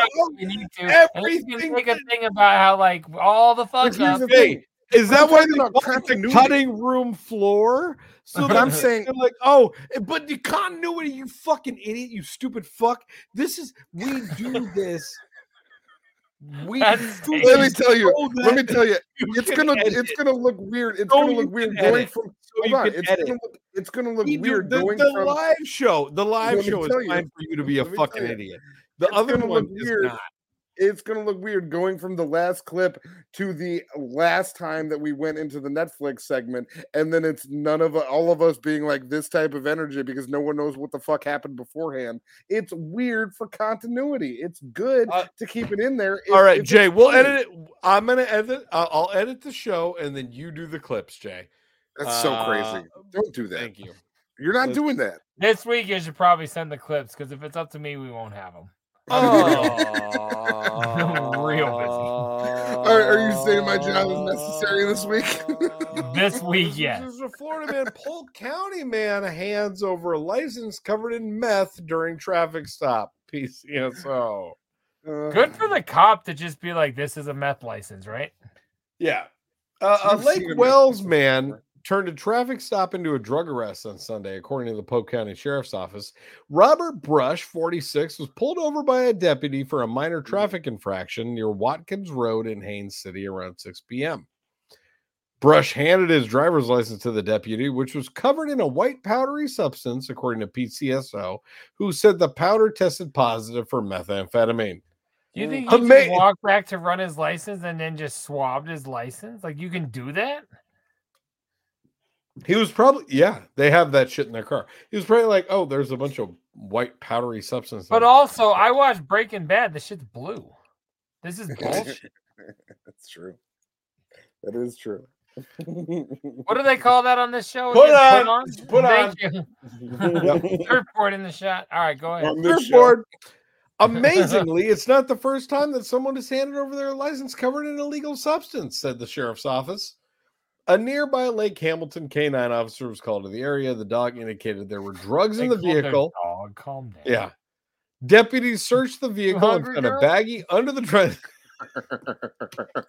and- and- we need to. And let's just everything- make a thing about how like all the fuck Here's up. the thing. Is that why they talking about call it the continuity. cutting room floor? So But that I'm they're saying- like, oh, but the continuity, you fucking idiot, you stupid fuck. This is we do this. We That's- do Let me this tell you. so Let me that tell you. you It's can gonna, edit. it's gonna look weird. It's So gonna you look weird can going edit. from. So hold you on, can It's edit. gonna look. It's gonna look We do- weird the, going the from. live show. The live Let me show is tell you. fine for you to be a Let me fucking tell you. idiot. The It's other gonna one look is weird. not. it's going to look weird going from the last clip to the last time that we went into the Netflix segment, and then it's none of all of us being like this type of energy because no one knows what the fuck happened beforehand. It's weird for continuity. It's good Uh, to keep it in there. All right, Jay, we'll funny. edit it. I'm gonna edit. I'll I'll edit the show, and then you do the clips, Jay. That's so Uh, crazy. Don't do that. Thank you. You're not Let's- doing that. This week you should probably send the clips because if it's up to me, we won't have them. Oh, real busy. Are, are you saying my job is necessary this week? This week, yes. There's a Florida man, Polk County man, hands over a license covered in meth during traffic stop. PCSO. Uh, Good for the cop to just be like, "This is a meth license, right?" Yeah. Uh, a Never seen Lake a meth Wells man turned a traffic stop into a drug arrest on Sunday, according to the Polk County Sheriff's Office. Robert Brush, 46, was pulled over by a deputy for a minor traffic infraction near Watkins Road in Haines City around 6 p.m. Brush handed his driver's license to the deputy, which was covered in a white powdery substance, according to PCSO, who said the powder tested positive for methamphetamine. You think Mm. he just Ama- walked back to run his license and then just swabbed his license? Like you can do that? He was probably yeah, they have that shit in their car. He was probably like, oh, there's a bunch of white powdery substance. But in it." also, I watched Breaking Bad. This shit's blue. This is bullshit. That's true. That is true. what do they call that on this show? Put again? on, put Thank you. Yep. Third board in the shot. All right, go ahead. On this show. surfboard. Amazingly, it's not the first time that someone has handed over their license covered in illegal substance, said the sheriff's office. A nearby Lake Hamilton canine officer was called to the area. The dog indicated there were drugs in They the called their vehicle. Dog, calm down. Yeah. Deputies searched the vehicle and hungry, found a girl? baggie under the drive.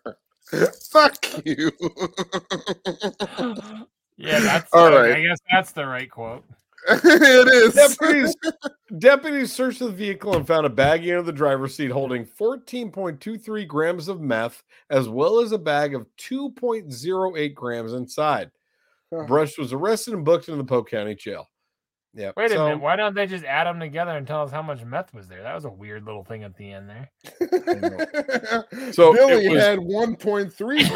Fuck you. Yeah, that's All the- I right. guess that's the right quote. it is. deputies, deputies searched the vehicle and found a baggie under the driver's seat holding 14.23 grams of meth, as well as a bag of 2.08 grams inside. Huh. Brush was arrested and booked into the Polk County jail. Yeah. Wait a so- minute. Why don't they just add them together and tell us how much meth was there? That was a weird little thing at the end there. So Billy it was- had 1.3.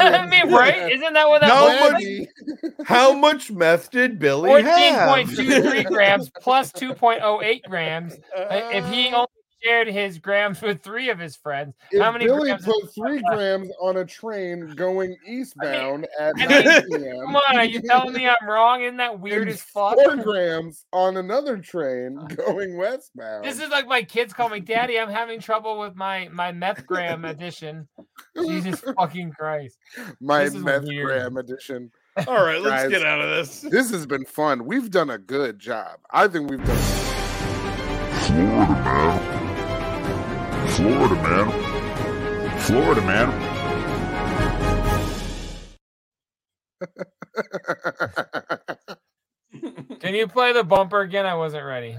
I mean, right? Isn't that what that No, was? but- How much meth did Billy have? 14.23 grams plus 2.08 grams. I- If Uh. he only shared his grams with three of his friends, how many Billy grams? put three grams on a train going eastbound at I 9 mean, Um, p.m. Come on, are you telling me I'm wrong? Isn't that weird and as fuck? Uh. Four grams on another train going westbound. This is like my kids call me daddy. I'm having trouble with my my meth gram addition. Jesus fucking Christ! my this is meth weird. gram edition. All right, let's Guys. get out of this. This has been fun. We've done a good job. I think we've done. Florida man. Florida man. Florida man. Can you play the bumper again? I wasn't ready. You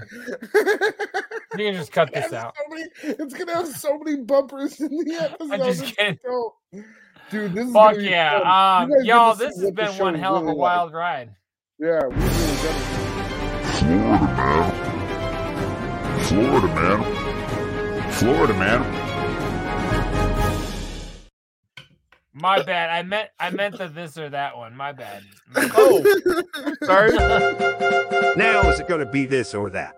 can just cut this Have out. so many- it's gonna have so many bumpers in the episode. I'm just kidding. Yo, Dude, this is gonna Fuck be fun. yeah. Um, You guys get y'all, to this see has what the been one show's hell of a really like. wild ride. Yeah, we really got Florida man. Florida man. Florida man. My bad. I meant I meant the this or that one. My bad. Oh, Now is it going to be this or that?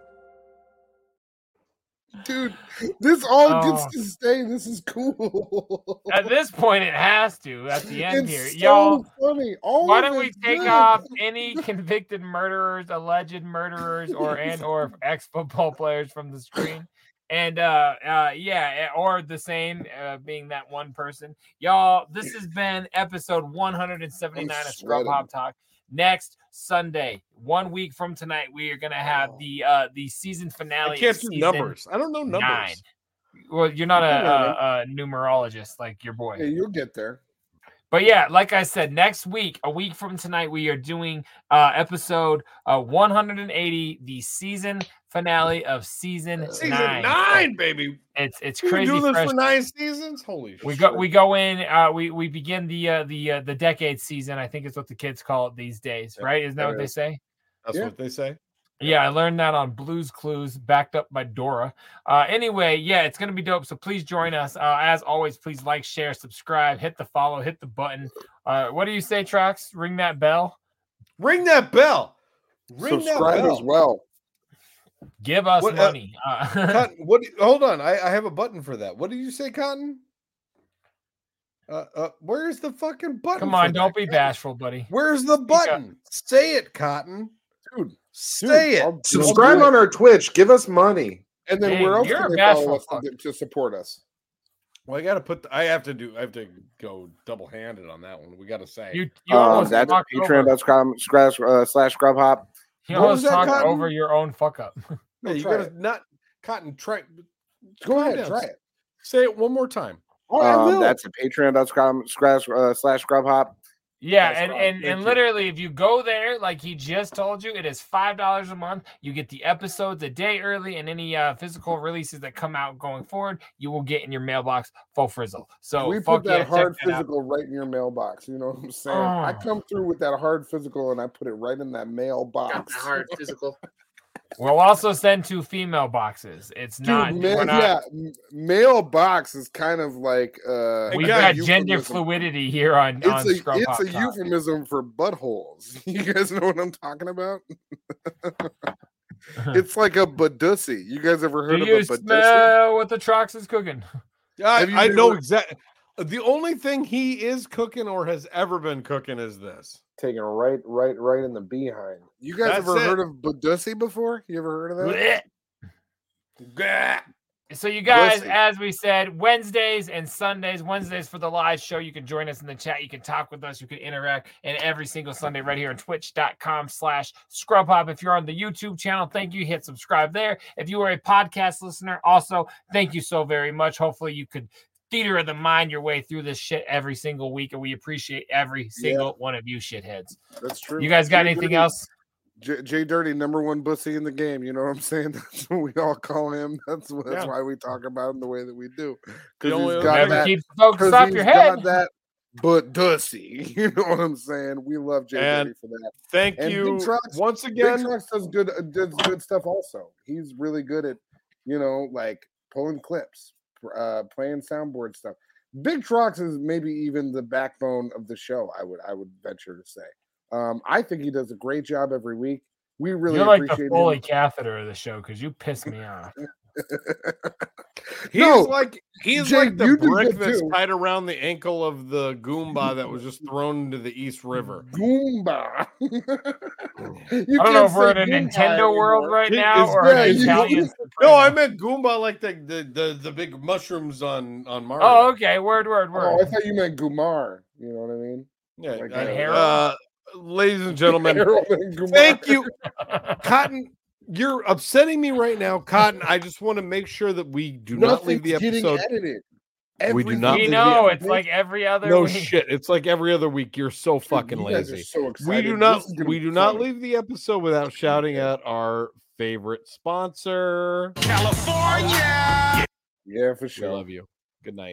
dude, this all gets to stay. This is cool. Oh. At this point, it has to. At the end It's here, so y'all. funny. All why of don't we it's take good. off any convicted murderers, alleged murderers, or and or ex football players from the screen? And uh, uh, yeah, eh, or the same uh, being that one person. Y'all, this has been episode 179 I'm of Scrub sweating. Hop Talk. Next Sunday, one week from tonight, we are gonna have the uh, the season finale. I can't of do season numbers. I don't know numbers. nine. Well, you're not a, I don't know. a, a numerologist like your boy. Yeah, you'll get there. But yeah, like I said, next week, a week from tonight, we are doing uh episode uh 180, the season finale of season, Season nine. nine, baby. It's it's You've been crazy. doing this fresh- for nine seasons. Holy we shit. go we go in uh we we begin the uh the uh, the decade season, I think is what the kids call it these days, right? Isn't that what they say? That's Yeah. what they say. Yeah, I learned that on Blues Clues, backed up by Dora. Uh, anyway, yeah, it's gonna be dope. So please join us. Uh, as always, please like, share, subscribe, hit the follow, hit the button. Uh, what do you say, Trax? Ring that bell. Ring that bell. Ring Subscribe that bell. as well. Give us What, uh, money. Uh, Cotton, what? Hold on, I, I have a button for that. What did you say, Cotton? Uh, uh, where's the fucking button? come for on, that, don't be Cotton? bashful, buddy. Where's the button? Say it, Cotton. Dude, say it. Subscribe on our Twitch. Give us money. And then where else can they follow us to, support us? Well, I got to put. The, I have to do. I have to go double handed on that one. We got to say. You, Um, that's patreon.com slash uh, slash grub hop. He What was almost that, talked Cotton? over your own fuck up. No, you try got to not Cotton. Try. Go calm ahead, down. try it. Say it one more time. Um, that's at patreon.com slash uh, slash grub hop. Yeah, That's and, right. and Thank and you. literally, if you go there, like he just told you, it is five dollars a month. You get the episodes a day early, and any uh, physical releases that come out going forward, you will get in your mailbox full frizzle. So we fuck put that yeah, check hard that out. physical right in your mailbox. You know what I'm saying? I Oh. come through with that hard physical and I put it right in that mailbox. hard physical. We'll also send two female boxes. It's not, Dude, we're ma- not yeah, m- mailbox is kind of like uh, we've a got euphemism. gender fluidity here on on It's a, Scrub Hop it's a Talk. euphemism for buttholes. You guys know what I'm talking about? it's like a badussy. You guys ever Hmm. heard Do of you a badussy? smell what the Trox is cooking? I, Have you I been know wor- exactly. The only thing he is cooking or has ever been cooking is this. Taking right, right, right in the behind. You guys That's ever it. heard of badussy before? You ever heard of that? So you guys, Pussy. as we said, Wednesdays and Sundays. Wednesdays for the live show. You can join us in the chat. You can talk with us. You can interact. And every single Sunday right here on twitch.com slash scrub hop. If you're on the YouTube channel, thank you. Hit subscribe there. If you are a podcast listener, also thank you so very much. Hopefully you could theater of the mind your way through this shit every single week. And we appreciate every single one of you shitheads. That's true. You guys got Jay anything Dirty- else? J-, Jay Dirty, number one bussy in the game. You know what I'm saying? That's what we all call him. That's what, that's Yeah. why we talk about him the way that we do. The Because only other he's got thing- that. Keep the focus 'cause off your he's got head. that but dussy. You know what I'm saying? We love Jay And Dirty for that. thank you once again. Big Trucks does good uh, does good stuff. Also, he's really good at you know like pulling clips, uh, playing soundboard stuff. Big Trucks is maybe even the backbone of the show. I would I would venture to say. Um, I think he does a great job every week. We really You're like the appreciate Foley him. catheter of the show because you piss me off. He's No, like he's Jake, like the you did brick good that's too. tied around the ankle of the Goomba that was just thrown into the East River. Goomba. Hmm. I don't know if we're in a Nintendo world right now or an Italian. No, I meant Goomba like the, the the the big mushrooms on on Mario. Oh, okay. Word, word, word. Oh, I thought you meant Gumar. You know what I mean? Yeah, Like, uh, uh, uh, ladies and gentlemen, Harold and Kumar. thank you, Cotton. You're upsetting me right now, Cotton. I just want to make sure that we do not leave the Nothing's getting episode. edited. We do Everything not. We leave the know it's episode- like every other. no week. shit. It's like every other week. You're so fucking you guys are lazy. so we excited. do This not. is gonna We be do not funny. leave the episode without shouting out our favorite sponsor. California! Yeah, for sure. We love you. Good night.